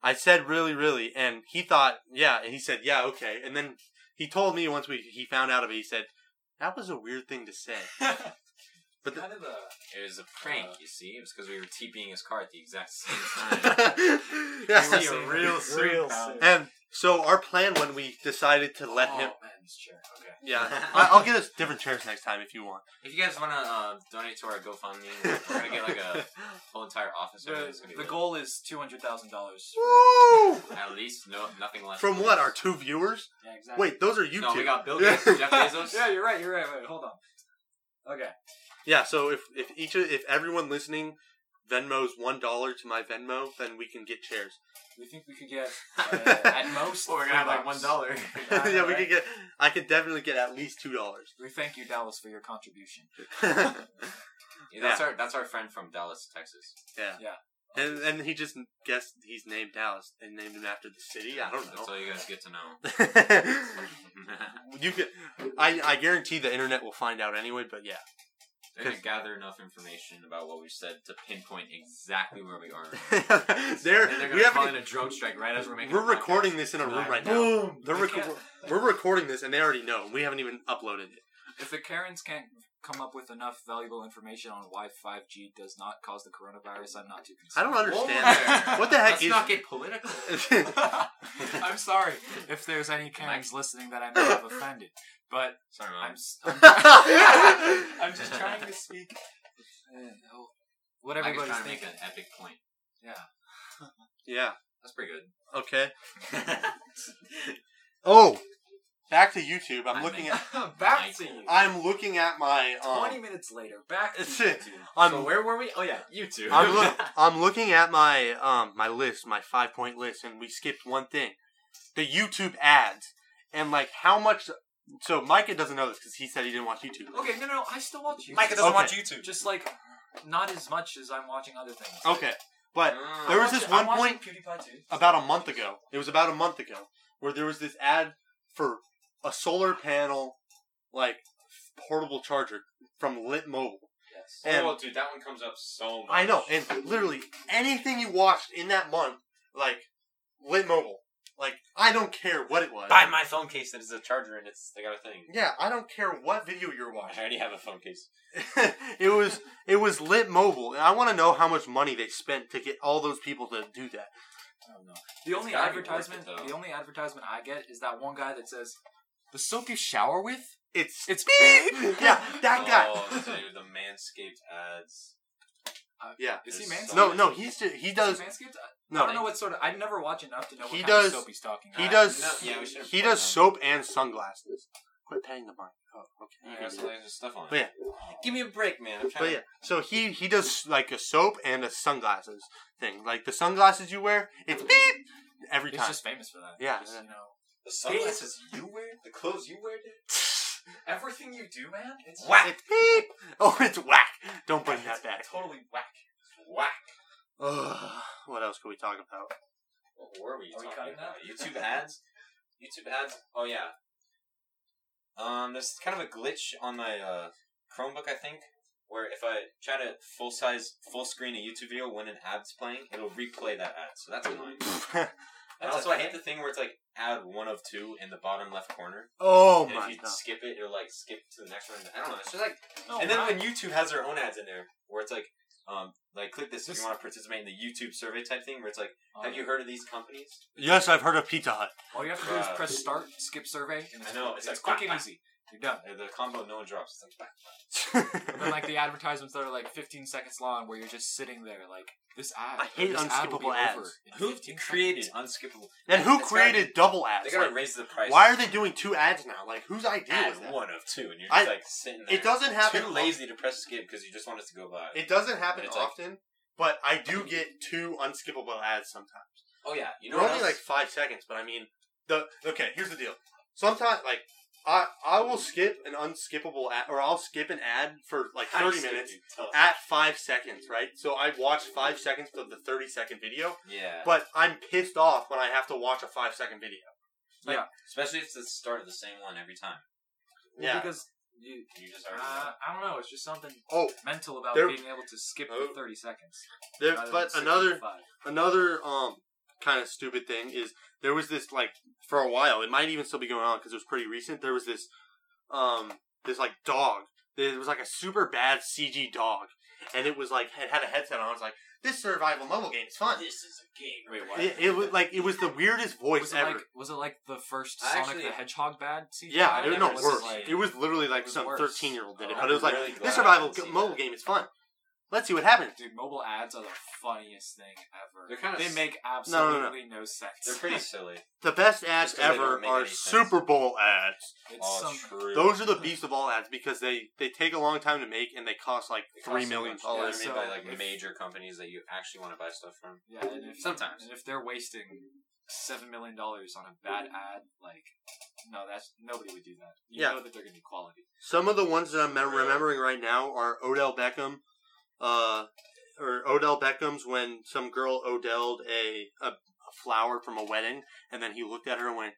S1: I said really, really, and he thought, yeah, and he said, yeah, okay. And then he told me once we he found out of it, he said, that was a weird thing to say. But the,
S2: Kind of a-
S3: It was a uh, prank, you see. It was because we were TPing his car at the exact same time.
S1: yeah.
S3: See you real soon, pal.
S1: And so our plan when we decided to let him,
S2: Oh, man, this chair. Okay.
S1: yeah, I- I'll get us different chairs next time if you want.
S3: if you guys want to uh, donate to our GoFundMe, we're gonna get like a whole entire office. over there. It's gonna be
S2: The, the
S3: lit.
S2: goal is two hundred thousand dollars.
S1: Woo!
S3: At least no, nothing less.
S1: From what our two viewers?
S2: Yeah, exactly.
S1: Wait, those are you
S3: No,
S1: two.
S3: we got Bill Gates, and Jeff Bezos.
S2: Yeah, you're right. You're right. Wait, hold on. Okay.
S1: Yeah, so if if each of, if everyone listening Venmo's one dollar to my Venmo, then we can get chairs.
S2: We think we could get uh,
S3: At
S2: at most.
S3: Well, we're gonna have like
S2: three
S3: one
S2: bucks.
S3: dollar.
S2: I know,
S1: yeah, we
S2: right?
S1: could get. I could definitely get at least two dollars.
S2: We thank you, Dallas, for your contribution.
S3: Yeah, that's our that's our friend from Dallas, Texas.
S1: and and he just guessed he's named Dallas. They named him after the city. I don't
S3: That's all you guys get to know.
S1: know. Mm-hmm. you could. I I guarantee the internet will find out anyway. But yeah,
S3: They're gonna
S1: 'Cause-
S3: gather enough information about what we said to pinpoint exactly where we are.
S1: there
S3: And they're
S1: we
S3: gonna call in
S1: haven't.
S3: a drone strike right as we're making.
S1: We're
S3: the podcast.
S1: recording this in a room
S3: Tonight.
S1: right now.
S2: Boom!
S1: They're
S2: They can't-
S1: reco- we're recording this, and they already know. We haven't even uploaded it.
S2: If the Karens can't come up with enough valuable information on why 5G does not cause the coronavirus, I'm not too
S1: I
S2: concerned.
S1: don't understand.
S3: Whoa.
S1: What the heck
S3: Let's
S1: is-
S3: not get political.
S2: I'm sorry if there's any Karens listening that I may have offended, but
S3: Sorry, mom.
S2: I'm, s- I'm, I'm just trying to speak uh, what
S3: I was
S2: everybody's
S3: trying to make
S2: thinking.
S3: an epic point.
S2: Yeah.
S1: yeah.
S3: That's pretty good.
S1: Okay. Oh, back to YouTube. I'm looking at.
S2: Back to you.
S1: I'm looking at my. Um,
S2: 20 minutes later, back to
S1: It's it.
S2: YouTube.
S1: I'm
S3: so where were we? Oh yeah, you two.
S1: I'm, look, I'm looking at my um my list, my five point list, and we skipped one thing, the YouTube ads, and like how much. So Micah doesn't know this because he said he didn't watch YouTube.
S2: Okay, no, no, I still watch you.
S1: doesn't Okay. watch
S3: YouTube.
S2: Just like not as much as I'm watching other things.
S1: Okay, but
S3: Mm.
S2: I'm
S1: there was
S2: watching-
S1: this one
S2: I'm watching
S1: point
S2: PewDiePie too.
S1: about a month ago. It was about a month ago where there was this ad for a solar panel, like portable charger from Lit Mobile.
S2: Yes.
S1: And-
S3: oh, dude, that one comes up so much.
S1: I know, and literally anything you watched in that month, like Lit Mobile, like I don't care what it was.
S3: Buy my phone case that is a charger and it's they got a thing.
S1: Yeah, I don't care what video you're
S3: I
S1: watching.
S3: already have a phone case.
S1: it was it was lit mobile, and I want to know how much money they spent to get all those people to do that.
S2: I don't know. The only
S3: gotta be worth
S2: advertisement,
S3: it, though.
S2: the only advertisement I get is that one guy that says, "The soap you shower with."
S1: It's
S2: It's
S1: yeah, that
S3: Oh,
S1: guy.
S3: dude, the Manscaped ads.
S1: yeah.
S2: Is he
S3: It's
S2: manscaped?
S3: so-
S1: No, no, he's ju- he
S2: Is
S1: does
S2: manscaped? I don't know
S1: no,
S2: what sort of. I never watch enough to know what
S1: He
S2: kind
S1: does-
S2: of soap he's talking.
S1: he
S2: about.
S1: does
S3: No, yeah, we should have
S1: he
S3: put
S1: does
S3: that.
S1: soap and sunglasses. Quit paying the money. Oh,
S3: I
S1: okay.
S3: got some layers of stuff on. it.
S1: But yeah.
S3: Give me a break, man. I'm trying.
S1: But yeah, so he he does like a soap and a sunglasses thing. Like the sunglasses you wear, it's beep every
S2: He's
S1: time.
S2: just famous for that.
S1: Yeah.
S2: Just, you know.
S3: The sunglasses you wear, the clothes you wear, dude.
S2: Everything you do, man, it's just-
S1: Whack. It's beep. Oh, it's whack. Don't bring that back.
S2: It's totally whack. Whack.
S1: Ugh. What else could we talk about?
S3: What were we
S2: Are we
S3: talking
S2: cutting
S3: about?
S2: that?
S3: YouTube ads? YouTube ads? Oh, yeah. Um, there's kind of a glitch on my uh, Chromebook, I think, where if I try to full size, full screen a YouTube video when an ad's playing, it'll replay that ad. So that's annoying. And
S2: That's
S3: also,
S2: a-
S3: I hate the thing where it's like ad one of two in the bottom left corner.
S1: oh
S3: and if
S1: my
S3: you
S1: god.
S3: skip it, it'll like skip to the next one. I don't know. It's just like
S2: No,
S3: and then
S2: why?
S3: when YouTube has their own ads in there, where it's like, um, like click this if
S2: This-
S3: you want to participate in the YouTube survey type thing, where it's like,
S2: Oh,
S3: have you heard of these companies?
S1: Yes, I've heard of Pizza Hut.
S2: All you have to do is
S3: Uh,
S2: press start, skip survey, and it's,
S3: I know,
S2: it's,
S3: it's like,
S2: quick
S3: whack,
S2: and
S3: whack.
S2: easy. You're done.
S3: Uh, The combo no one drops. It's like,
S2: And
S3: Oh
S2: then, like the advertisements that are like 15 seconds long, where you're just sitting there, like this ad.
S1: I hate
S2: this ad will be
S1: unskippable ads.
S2: over in
S3: who
S2: 15
S3: created
S2: seconds.
S3: unskippable?
S1: and who
S3: It's gotta
S1: created double ads?
S3: They gotta
S1: Like,
S3: raise the price.
S1: why are they doing two ads now? Like, whose idea
S3: ad
S1: was that?
S3: one of two, and you're just
S1: I-
S3: like sitting there.
S1: It doesn't happen.
S3: Too lazy to press skip because you just want us to go by.
S1: It doesn't happen
S3: It's like-
S1: often, but I do get two unskippable ads sometimes.
S3: oh yeah, you know
S1: They're
S3: what
S1: only
S3: else?
S1: like five seconds, but I mean, the okay. Here's the deal. Sometimes, like I, I will skip an unskippable ad, or I'll skip an ad for like
S3: How do you
S1: thirty
S3: skip
S1: minutes
S3: it? Tell us.
S1: at five seconds, right? So I watched five seconds of the thirty second video,
S3: Yeah,
S1: but I'm pissed off when I have to watch a five second video.
S3: like-
S2: yeah,
S3: especially if it's the start of the same one every time.
S2: Well,
S1: yeah.
S2: Because you,
S3: You just
S2: uh,
S3: already know.
S2: I don't know. It's just something
S1: Oh,
S2: mental about
S1: There-
S2: being able to skip
S1: Oh.
S2: the 30 seconds.
S1: there,
S2: rather
S1: but
S2: than
S1: another
S2: 65.
S1: another um kind of stupid thing is there was this like for a while it might even still be going on because it was pretty recent there was this um this like dog it was like a super bad cg dog and it was like it had a headset on it was like this survival mobile game is fun
S3: This is a game. Wait, what?
S1: it, it was like it was the weirdest voice
S2: Was it
S1: ever
S2: like was it like the first
S3: I
S2: Sonic
S3: actually-
S2: the Hedgehog bad? CGI?
S1: yeah,
S3: I
S1: it,
S3: don't
S1: no
S3: know,
S2: was
S1: worse.
S2: like-
S1: it was literally like
S2: it was
S1: some
S2: worse.
S1: thirteen year old did it,
S3: Oh,
S1: but it was like
S3: really glad
S1: this
S3: I
S1: survival
S3: didn't see
S1: mobile
S3: that.
S1: game is fun. Let's see what happens.
S2: Dude, mobile ads are the funniest thing ever.
S3: They're kinda
S2: they
S3: s-
S2: make
S1: no, no.
S2: absolutely no, sense.
S3: They're pretty silly.
S1: The best ads
S3: Just 'cause they don't
S1: ever
S3: make
S1: are
S3: any sense.
S1: Super Bowl ads.
S2: It's
S3: oh,
S2: some
S3: true.
S1: Those are the beast of all ads because they they take a long time to make and they cost like
S2: They cost
S1: three
S2: so
S1: million
S2: much.
S3: Oh,
S2: Yeah,
S3: they're
S1: dollars.
S3: made
S2: so
S3: by like
S2: if-
S3: major companies that you actually want to buy stuff from.
S2: yeah. And if,
S3: Sometimes.
S2: and if they're wasting seven million dollars on a bad ad, like no, that's nobody would do that. You
S1: Yeah.
S2: know that they're gonna be quality.
S1: Some of the ones that I'm mem- remembering right now are Odell Beckham, uh, or Odell Beckham's when some girl Odelled a, a a flower from a wedding and then he looked at her and went.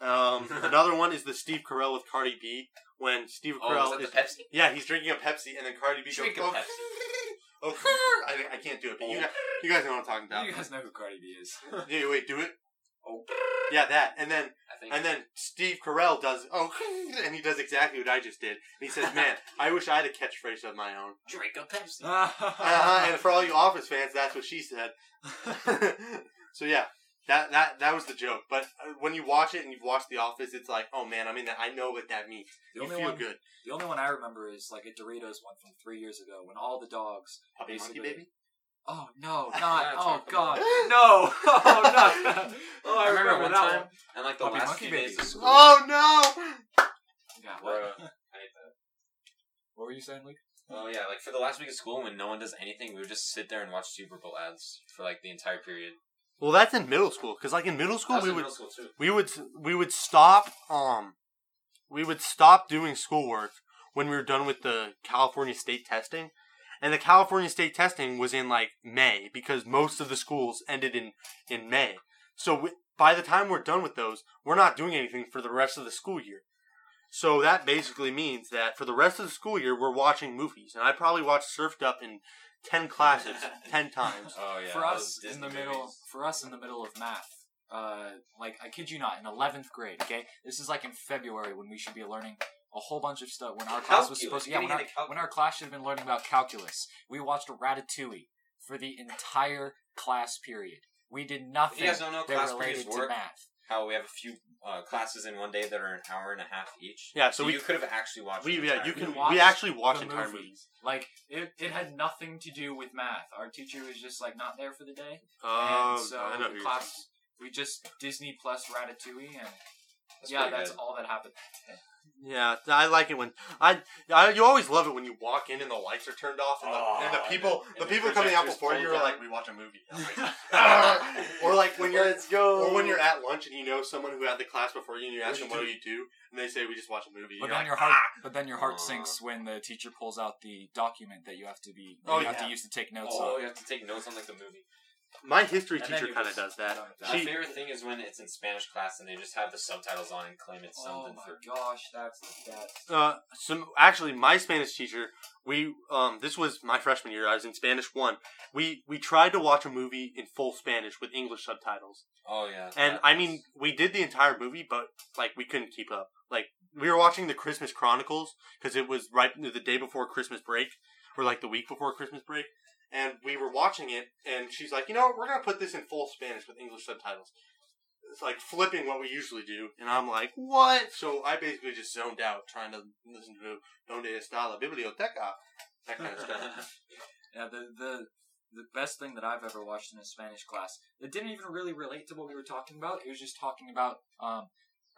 S1: Um, another one is the Steve Carell with Cardi B when Steve
S3: Oh,
S1: Carell is
S3: Pepsi?
S1: yeah he's drinking a Pepsi and then Cardi B
S3: Drink a
S1: goes
S3: Pepsi.
S1: oh, oh I, I can't do it but you guys, you guys know what I'm talking about
S2: You guys know who Cardi B is.
S1: yeah wait do it
S3: Oh.
S1: yeah that and then
S3: I think.
S1: And then Steve Carell does, oh, and he does exactly what I just did. And he says, man, I wish I had a catchphrase of my own.
S3: drink a Pepsi.
S1: Uh-huh, and for all you Office fans, that's what she said. so yeah, that, that that was the joke. But uh, when you watch it and you've watched The Office, it's like, oh man, I mean, I know what that means.
S2: the
S1: you
S2: only
S1: feel
S2: one,
S1: good.
S2: the only one I remember is like a Doritos one from three years ago when all the dogs.
S1: Puppy Monkey
S2: basically-
S1: Baby?
S2: Oh no,
S3: Yeah,
S2: not
S3: it's
S2: oh
S3: not-
S2: god, no, oh no. Oh, I,
S3: I remember one
S2: that
S3: time-
S2: One.
S3: And like the
S2: Puppy
S3: last
S2: Monkey
S3: few
S2: Baby.
S3: days of school.
S1: Oh no!
S2: Yeah,
S3: Where, uh,
S2: what,
S3: I hate that.
S2: what were you saying, Luke?
S3: Oh yeah, like for the last week of school, when no one does anything, we would just sit there and watch Super Bowl ads for like the entire period.
S1: Well, that's in middle school, because like in middle school,
S3: That was
S1: we
S3: in
S1: would
S3: middle school too.
S1: we would we would stop um we would stop doing schoolwork when we were done with the California state testing and the California state testing was in like May because most of the schools ended in in May so we, by the time we're done with those we're not doing anything for the rest of the school year so that basically means that for the rest of the school year we're watching movies and I probably watched Surfed Up in 10 classes 10 times
S3: Oh yeah.
S2: for us
S3: those
S2: in the
S3: Disney
S2: middle
S3: movies.
S2: for us in the middle of math uh like i kid you not in 11th grade okay this is like in february when we should be learning a whole bunch of stuff when our class was
S3: Calculus.
S2: supposed to yeah
S3: Getting
S2: when our,
S3: into calculus.
S2: when our class should have been learning about calculus we watched ratatouille for the entire class period we did nothing
S3: guys don't know class
S2: that
S3: periods
S2: related to
S3: work,
S2: math
S3: how we have a few uh, classes in one day that are an hour and a half each.
S1: Yeah, so we-
S3: you could have actually watched.
S1: we
S3: an
S1: yeah
S3: entire
S1: you can
S3: movie.
S1: we actually watch
S2: the
S1: entire
S2: movie.
S1: movies
S2: like it, it had nothing to do with math our teacher was just like not there for the day
S1: Oh,
S2: and so
S1: I know who
S2: the
S1: you're talking
S2: class we just disney plus ratatouille and yeah
S3: pretty
S2: that's
S3: good.
S2: all that happened
S1: Yeah, I like it when I, I. You always love it when you walk in and the lights are turned off and the,
S3: Oh,
S1: and the
S3: and
S1: people,
S3: the-
S1: the,
S3: and the
S1: people coming out
S3: projector's
S1: before you
S3: pulled
S1: are
S3: down.
S1: like, we watch a movie. I'm like, "Ah." or like when you're
S4: Let's go.
S1: or when you're at lunch and you know someone who had the class before you and you ask them
S3: What'd
S1: what
S3: you
S1: do you do and they say we just watch a movie.
S2: But
S1: You're
S2: then
S1: like,
S2: your heart,
S1: "Ah."
S2: but then your heart
S3: Uh.
S2: sinks when the teacher pulls out the document that you have to be, that
S1: Oh,
S2: you have to
S1: yeah.
S2: use to take notes
S3: Oh,
S2: on.
S3: you have to take notes on like the movie.
S1: My history
S2: And then
S1: teacher
S2: you
S1: kind of does
S2: just-
S1: that.
S3: My
S1: She-
S3: favorite thing is when it's in Spanish class and they just have the subtitles on and claim it's
S4: Oh
S3: something
S4: my
S3: for.
S4: gosh, that's the best.
S1: Uh, some actually, my Spanish teacher. We um, this was my freshman year. I was in Spanish one. We we tried to watch a movie in full Spanish with English subtitles,
S3: Oh yeah.
S1: and
S3: that
S1: I
S3: was-
S1: mean we did the entire movie, but like we couldn't keep up. Like we were watching the Christmas Chronicles because it was right the day before Christmas break, or like the week before Christmas break, and we were watching it. And she's like, you know, what? we're gonna put this in full Spanish with English subtitles. It's like flipping what we usually do, and I'm like, what? So I basically just zoned out trying to listen to Donde está la biblioteca, that kind of stuff.
S4: Yeah, the the the best thing that I've ever watched in a Spanish class that didn't even really relate to what we were talking about. It was just talking about um,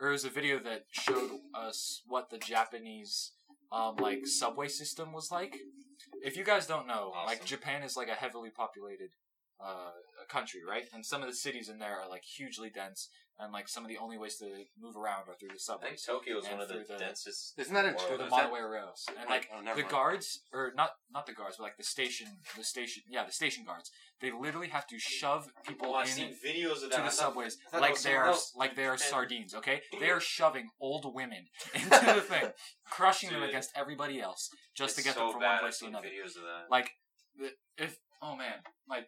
S2: Or it was a video that showed us what the Japanese um like subway system was like. If you guys don't know, like
S3: Awesome.
S2: Japan is like a heavily populated uh country, right? And some of the cities in there are like hugely dense, and like some of the only ways to move around are through the
S3: I think
S2: subways,
S3: Tokyo is
S2: And
S3: one of the,
S2: through the-
S3: densest.
S1: Isn't that in
S3: world.
S2: through
S1: Tokyo?
S2: the
S1: Is that-
S2: monorail rails, and like
S1: oh, never
S2: the
S1: mind.
S2: guards or not not the guards but like the station the station yeah the station guards they literally have to shove people
S3: Oh, I've
S2: in
S3: seen videos of that.
S2: to
S3: I
S2: the
S3: thought-
S2: subways
S3: I thought that
S2: like
S3: was
S2: they are
S3: someone else.
S2: like they are
S3: And-
S2: sardines okay they are shoving old women into the thing crushing them
S3: Dude.
S2: against everybody else just to
S3: It's
S2: get
S3: so
S2: them from
S3: bad.
S2: one
S3: I've
S2: place to
S3: seen
S2: another
S3: Videos of that.
S2: like the- if oh man like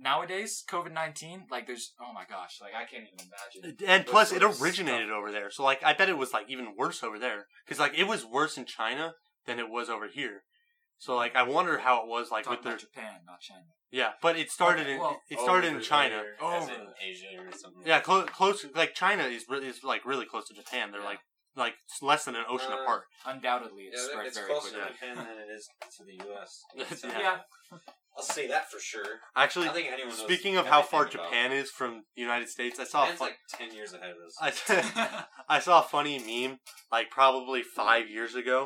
S2: nowadays covid-19 like there's oh my gosh like i can't even imagine
S1: And
S2: Those
S1: plus, it
S2: sort of
S1: originated over there, so like I bet it was like even worse over there because like it was worse in China than it was over here. So like I wonder how it was like
S2: talking
S1: with their
S2: about japan not china
S1: yeah, but it started
S2: Okay,
S1: in
S2: well,
S1: it started
S3: Over
S1: in China.
S3: there, as
S2: Over
S3: in Asia or something.
S1: Yeah, clo- close like China is re- is like really close to Japan. They're
S2: Yeah.
S1: like like it's less than an ocean
S3: Uh,
S1: apart.
S2: undoubtedly it
S3: Yeah,
S2: spread
S3: it's
S2: very
S3: closer
S2: quickly
S3: to Japan than it is to the U.S.
S1: Yeah.
S3: I'll say that for sure. I
S1: Actually,
S3: don't think anyone. knows
S1: speaking of how far
S3: everything about-
S1: Japan is from the United States, I saw a
S3: Japan's
S1: fu-
S3: like ten years ahead of us.
S1: I I saw a funny meme like probably five years ago,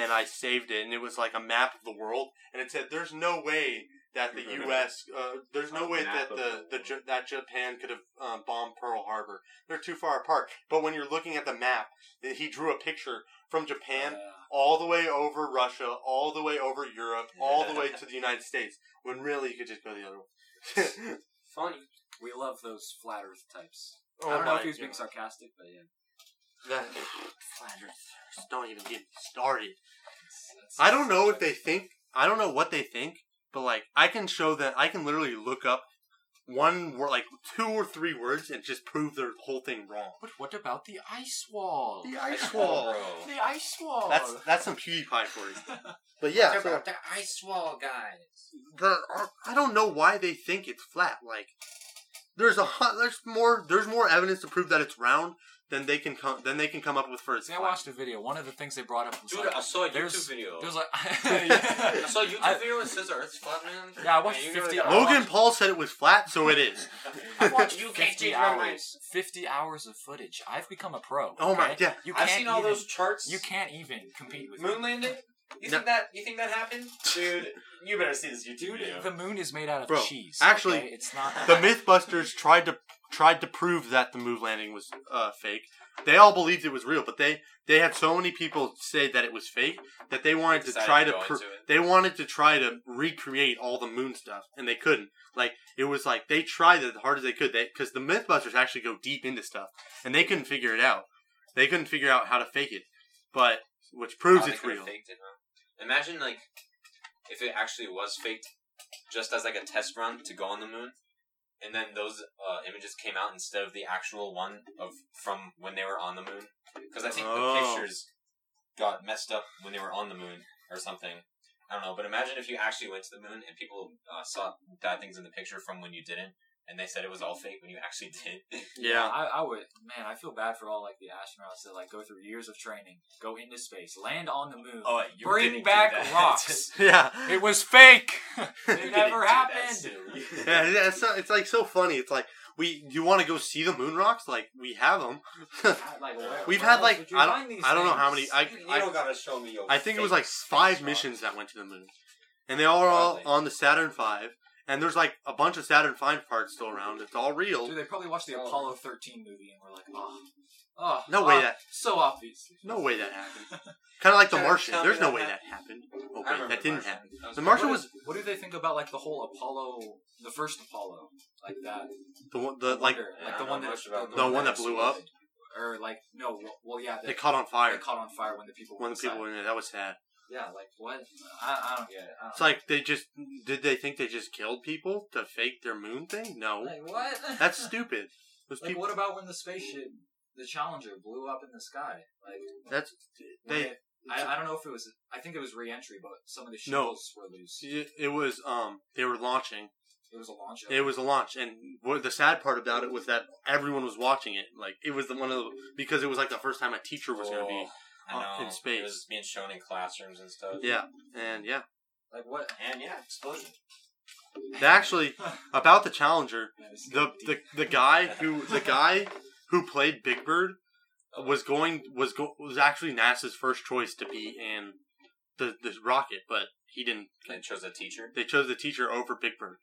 S1: and I saved it, and it was like a map of the world, and it said, "There's no way that the U.S. Uh, there's no
S3: A
S1: way
S3: map
S1: that
S3: of
S1: the,
S3: the
S1: the Ja- that Japan could have um, bombed Pearl Harbor. They're too far apart." But when you're looking at the map, he drew a picture from Japan
S2: Uh,
S1: all the way over Russia, all the way over Europe, all the way to the United States. When really you could just go the other way.
S3: Funny.
S4: we love those flat Earth types.
S1: oh
S4: I don't know
S1: my
S4: if he was being
S1: God.
S4: sarcastic, but yeah.
S1: That, don't even get me started. I don't know what they think. I don't know what they think, but like I can show that I can literally look up one word, like two or three words, and just prove their whole thing wrong.
S2: but what about the ice wall? Oh.
S1: ice
S3: Bro.
S2: The ice wall.
S1: That's that's some PewDiePie for you. But yeah, so
S3: the ice wall, guys.
S1: the, I don't know why they think it's flat. Like there's a hu- there's more there's more evidence to prove that it's round than they can come than they can come up with for it's
S2: See, I
S1: flat.
S2: watched a video. One of the things they brought up was
S3: Dude,
S2: like,
S3: I saw a
S2: there's-
S3: YouTube video.
S2: there's like,
S3: I saw a YouTube
S2: I-
S3: video that says the Earth's flat, man.
S2: Yeah, I watched
S3: Man, you
S2: 50
S3: gotta-
S1: Logan Paul said it was flat, so it is.
S2: I watched
S3: You can't
S2: 50
S3: change my mind.
S2: hours. 50 hours of footage. I've become a pro.
S1: Oh my
S2: okay?
S1: yeah.
S2: You
S3: I've
S2: can't
S3: seen all
S2: even-
S3: those charts.
S2: You can't even compete with me.
S3: moon landing. You
S1: No.
S3: think that? You think that happened, dude? You better see this YouTube
S2: Dude,
S3: video.
S2: the moon is made out of
S1: Bro,
S2: cheese.
S1: actually,
S2: okay? it's not.
S1: the MythBusters tried to tried to prove that the moon landing was uh, fake. They all believed it was real, but they they had so many people say that it was fake that they wanted to
S3: Decided
S1: try
S3: to
S1: to
S3: go
S1: pro-
S3: into it.
S1: they wanted to try to recreate all the moon stuff, and they couldn't. Like it was like they tried as hard as they could, because the MythBusters actually go deep into stuff, and they couldn't figure it out. They couldn't figure out how to fake it, but which proves
S3: Oh, they
S1: it's
S3: could've
S1: real.
S3: faked it, huh? Imagine like if it actually was faked, just as like a test run to go on the moon, and then those uh, images came out instead of the actual one of from when they were on the moon. Because I think the
S1: Oh.
S3: pictures got messed up when they were on the moon or something. I don't know, but imagine if you actually went to the moon and people uh, saw bad things in the picture from when you didn't, and they said it was all fake when you actually did.
S1: Yeah,
S4: I, I would man, I feel bad for all like the astronauts that like go through years of training, go into space, land on the moon.
S3: oh, you didn't
S2: Bring
S3: do
S2: back
S3: that.
S2: rocks.
S1: yeah.
S2: it was fake.
S3: You
S2: It
S3: didn't
S2: never
S3: do that,
S2: happened.
S3: silly.
S1: Yeah, it's, so, it's like so funny. It's like we you want to go see the moon rocks? Like we have them.
S2: Like, where-
S1: We've
S2: where
S1: had
S2: else
S1: like
S2: would you
S1: I don't
S2: find these
S1: I don't know
S2: things?
S1: how many. I
S5: you
S1: I,
S5: don't gotta show me your.
S1: I think it was
S5: fake
S1: like five
S5: screenshots.
S1: missions that went to the moon, and they all were all
S5: Probably.
S1: on the Saturn Five. And there's like a bunch of Saturn Five parts still around. It's all real.
S2: Dude, they probably watched the
S5: Oh.
S2: Apollo 13 movie and were like, oh, oh
S1: No way
S2: ah,
S1: that
S2: so obvious.
S1: no way that happened. Kind of like the
S5: Tell-
S1: Martian.
S5: tell me
S1: There's no
S5: that
S1: way that
S5: happened.
S1: happened.
S5: I
S1: Oh
S5: remember
S1: wait, that didn't
S5: Martian.
S1: happen.
S5: That was
S1: The
S5: good.
S1: Martian
S2: What
S1: was
S2: do- What do they think about like the whole Apollo, the first Apollo, like that?
S1: the one the like
S2: Wonder,
S3: Yeah, I
S2: like the
S3: don't
S2: one
S3: know
S2: that
S3: much about
S1: the one that blew up.
S2: exploded. or like no, well, well yeah,
S1: It
S2: that
S1: caught on
S2: they
S1: fire
S2: caught on fire when the people were
S1: when the people
S2: inside.
S1: were in it. That was sad.
S2: yeah, like what? I, I don't get it. I don't
S1: It's like they just did. They think they just killed people to fake their moon thing? No,
S2: Like what?
S1: that's stupid. Those
S2: like
S1: people.
S2: what about when the spaceship, the Challenger, blew up in the sky? Like
S1: That's
S2: when
S1: they.
S2: it- I, I don't know if it was. I think it was re-entry, but some of the
S1: No.
S2: shields were loose.
S1: It was um. They were launching.
S2: It was a launch.
S1: It was a launch, and what the sad part about it was that everyone was watching it. Like it was the one of the because it was like the first time a teacher was going to be.
S3: I
S1: in
S3: know.
S1: space.
S3: It was being shown in classrooms and stuff.
S1: Yeah, and yeah.
S2: like what?
S3: And yeah, explosion.
S1: They actually about the Challenger. the the the guy who the guy who played Big Bird was going was go, was actually NASA's first choice to be in the the rocket, but he didn't.
S3: They chose a teacher.
S1: They chose the teacher over Big Bird,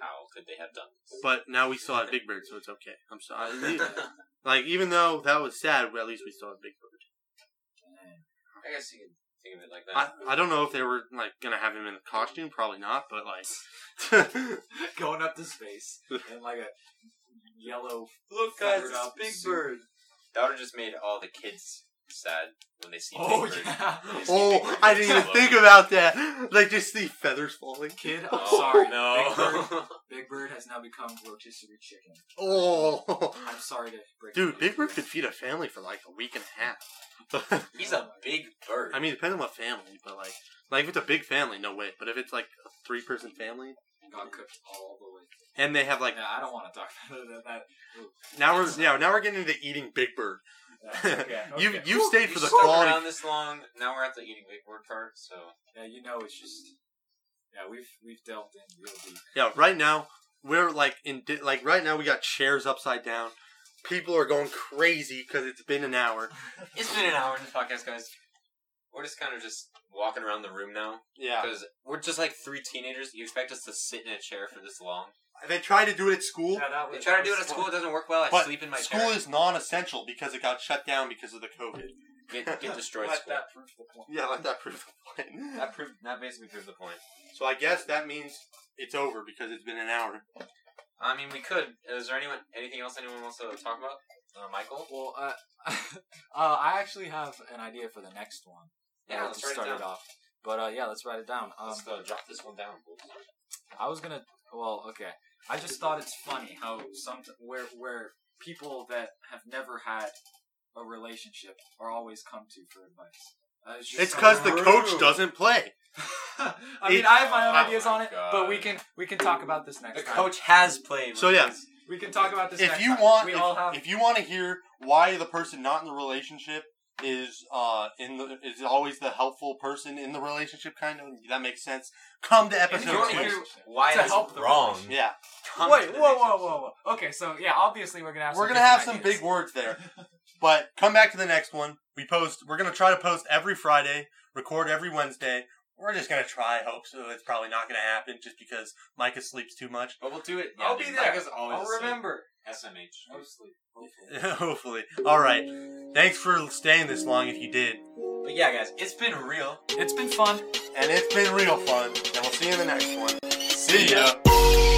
S3: How could they have done this?
S1: but now we still have Big Bird, so it's okay. I'm sorry. Like even though that was sad, well, at least we still have Big Bird.
S3: I guess you could think of it like that.
S1: I I don't know if they were like gonna have him in a costume, probably not, but like
S2: going up to space in like a yellow.
S5: Look, guys,
S2: Covered
S5: it's
S2: up
S5: Big
S2: suit.
S5: Bird.
S3: that would have just made all the kids sad when they see.
S2: Oh
S3: Big Bird.
S2: yeah,
S3: When they see Big
S1: oh,
S3: Bird
S1: I didn't even
S3: explode.
S1: think about that. Like just the feathers falling.
S2: kid. I'm
S3: Oh,
S2: sorry. Big Bird,
S3: No.
S2: Big Bird has now become rotisserie chicken.
S1: Oh.
S2: I'm sorry to break.
S1: Dude, Big Bird
S2: Bird
S1: could feed a family for like a week and a half.
S3: He's a big bird.
S1: I mean, depending on what family, but like, like if it's a big family, no way. But if it's like a three person family,
S2: got cooked all the way.
S1: and they have like
S2: Like, I don't want to talk about that.
S1: now we're yeah now we're getting into eating Big Bird.
S2: that- okay,
S1: you
S2: okay.
S1: you stayed for
S3: We
S1: the
S3: stuck
S1: quality.
S3: around this long. Now we're at the eating big bird part. So
S2: yeah, you know it's just yeah we've we've delved in real deep.
S1: Yeah, right now we're like in di- like right now we got chairs upside down. People are going crazy because it's been an hour.
S3: it's been an hour in this podcast, guys. We're just kind of just walking around the room now
S1: Yeah,
S3: because we're just like three teenagers. You expect us to sit in a chair for this long?
S1: they try to do it at school.
S2: that
S3: We try to do it at school. It doesn't work well. I
S1: But
S3: sleep in my
S1: School
S3: chair.
S1: is non-essential because it got shut down because of the COVID.
S3: get, get destroyed.
S2: Let
S3: school.
S2: that prove the point.
S1: Yeah, let that prove the point.
S3: That proved that basically proved the point.
S1: So I guess that means it's over because it's been an hour.
S3: I mean, we could. Is there anyone anything else anyone wants to talk about? Uh, Michael.
S2: Well, uh, uh, I actually have an idea for the next one.
S3: Yeah,
S2: Uh,
S3: let's
S2: to
S3: write it
S2: start
S3: down.
S2: off. But uh, yeah, let's write it down. Um,
S3: Let's uh, drop this one down.
S2: I was gonna. Well, okay. I just thought it's funny how some where where people that have never had a relationship are always come to for advice. Uh, just
S1: It's
S2: so
S1: because the
S2: rude.
S1: coach doesn't play.
S2: I mean,
S1: It-
S2: I have my own
S3: Oh
S2: ideas
S3: my
S2: on it,
S3: God.
S2: but we can we can talk about this next time.
S3: has played.
S1: So yeah,
S2: We can talk about this.
S1: if
S2: next
S1: you
S2: time.
S1: want,
S2: we
S1: if,
S2: all have.
S1: if you want to hear why the person not in the relationship is uh in the is always the helpful person in the relationship, kind of that makes sense. Come to
S3: If
S1: episode
S3: you want to
S1: two.
S3: hear why
S2: To
S3: that's
S2: help the
S3: wrong,
S1: yeah,
S3: come
S2: Wait,
S3: to the
S2: whoa,
S3: next
S2: whoa,
S3: episode.
S2: whoa, whoa. Okay, so yeah, obviously we're gonna have.
S1: we're
S2: some
S1: gonna have some
S2: different
S1: big words there, but come back to the next one. We post. We're gonna try to post every Friday, record every Wednesday. We're just gonna try. I hope so. It's probably not gonna happen just because Micah sleeps too much.
S3: But we'll do it.
S2: I'll be there.
S3: Micah's always
S2: I'll
S3: asleep.
S2: remember.
S3: SMH.
S2: Mostly.
S1: Hopefully. All right. Thanks for staying this long if you did.
S3: But yeah, guys, it's been real.
S2: It's been fun.
S1: And it's been real fun. And we'll see you in the next one. See ya.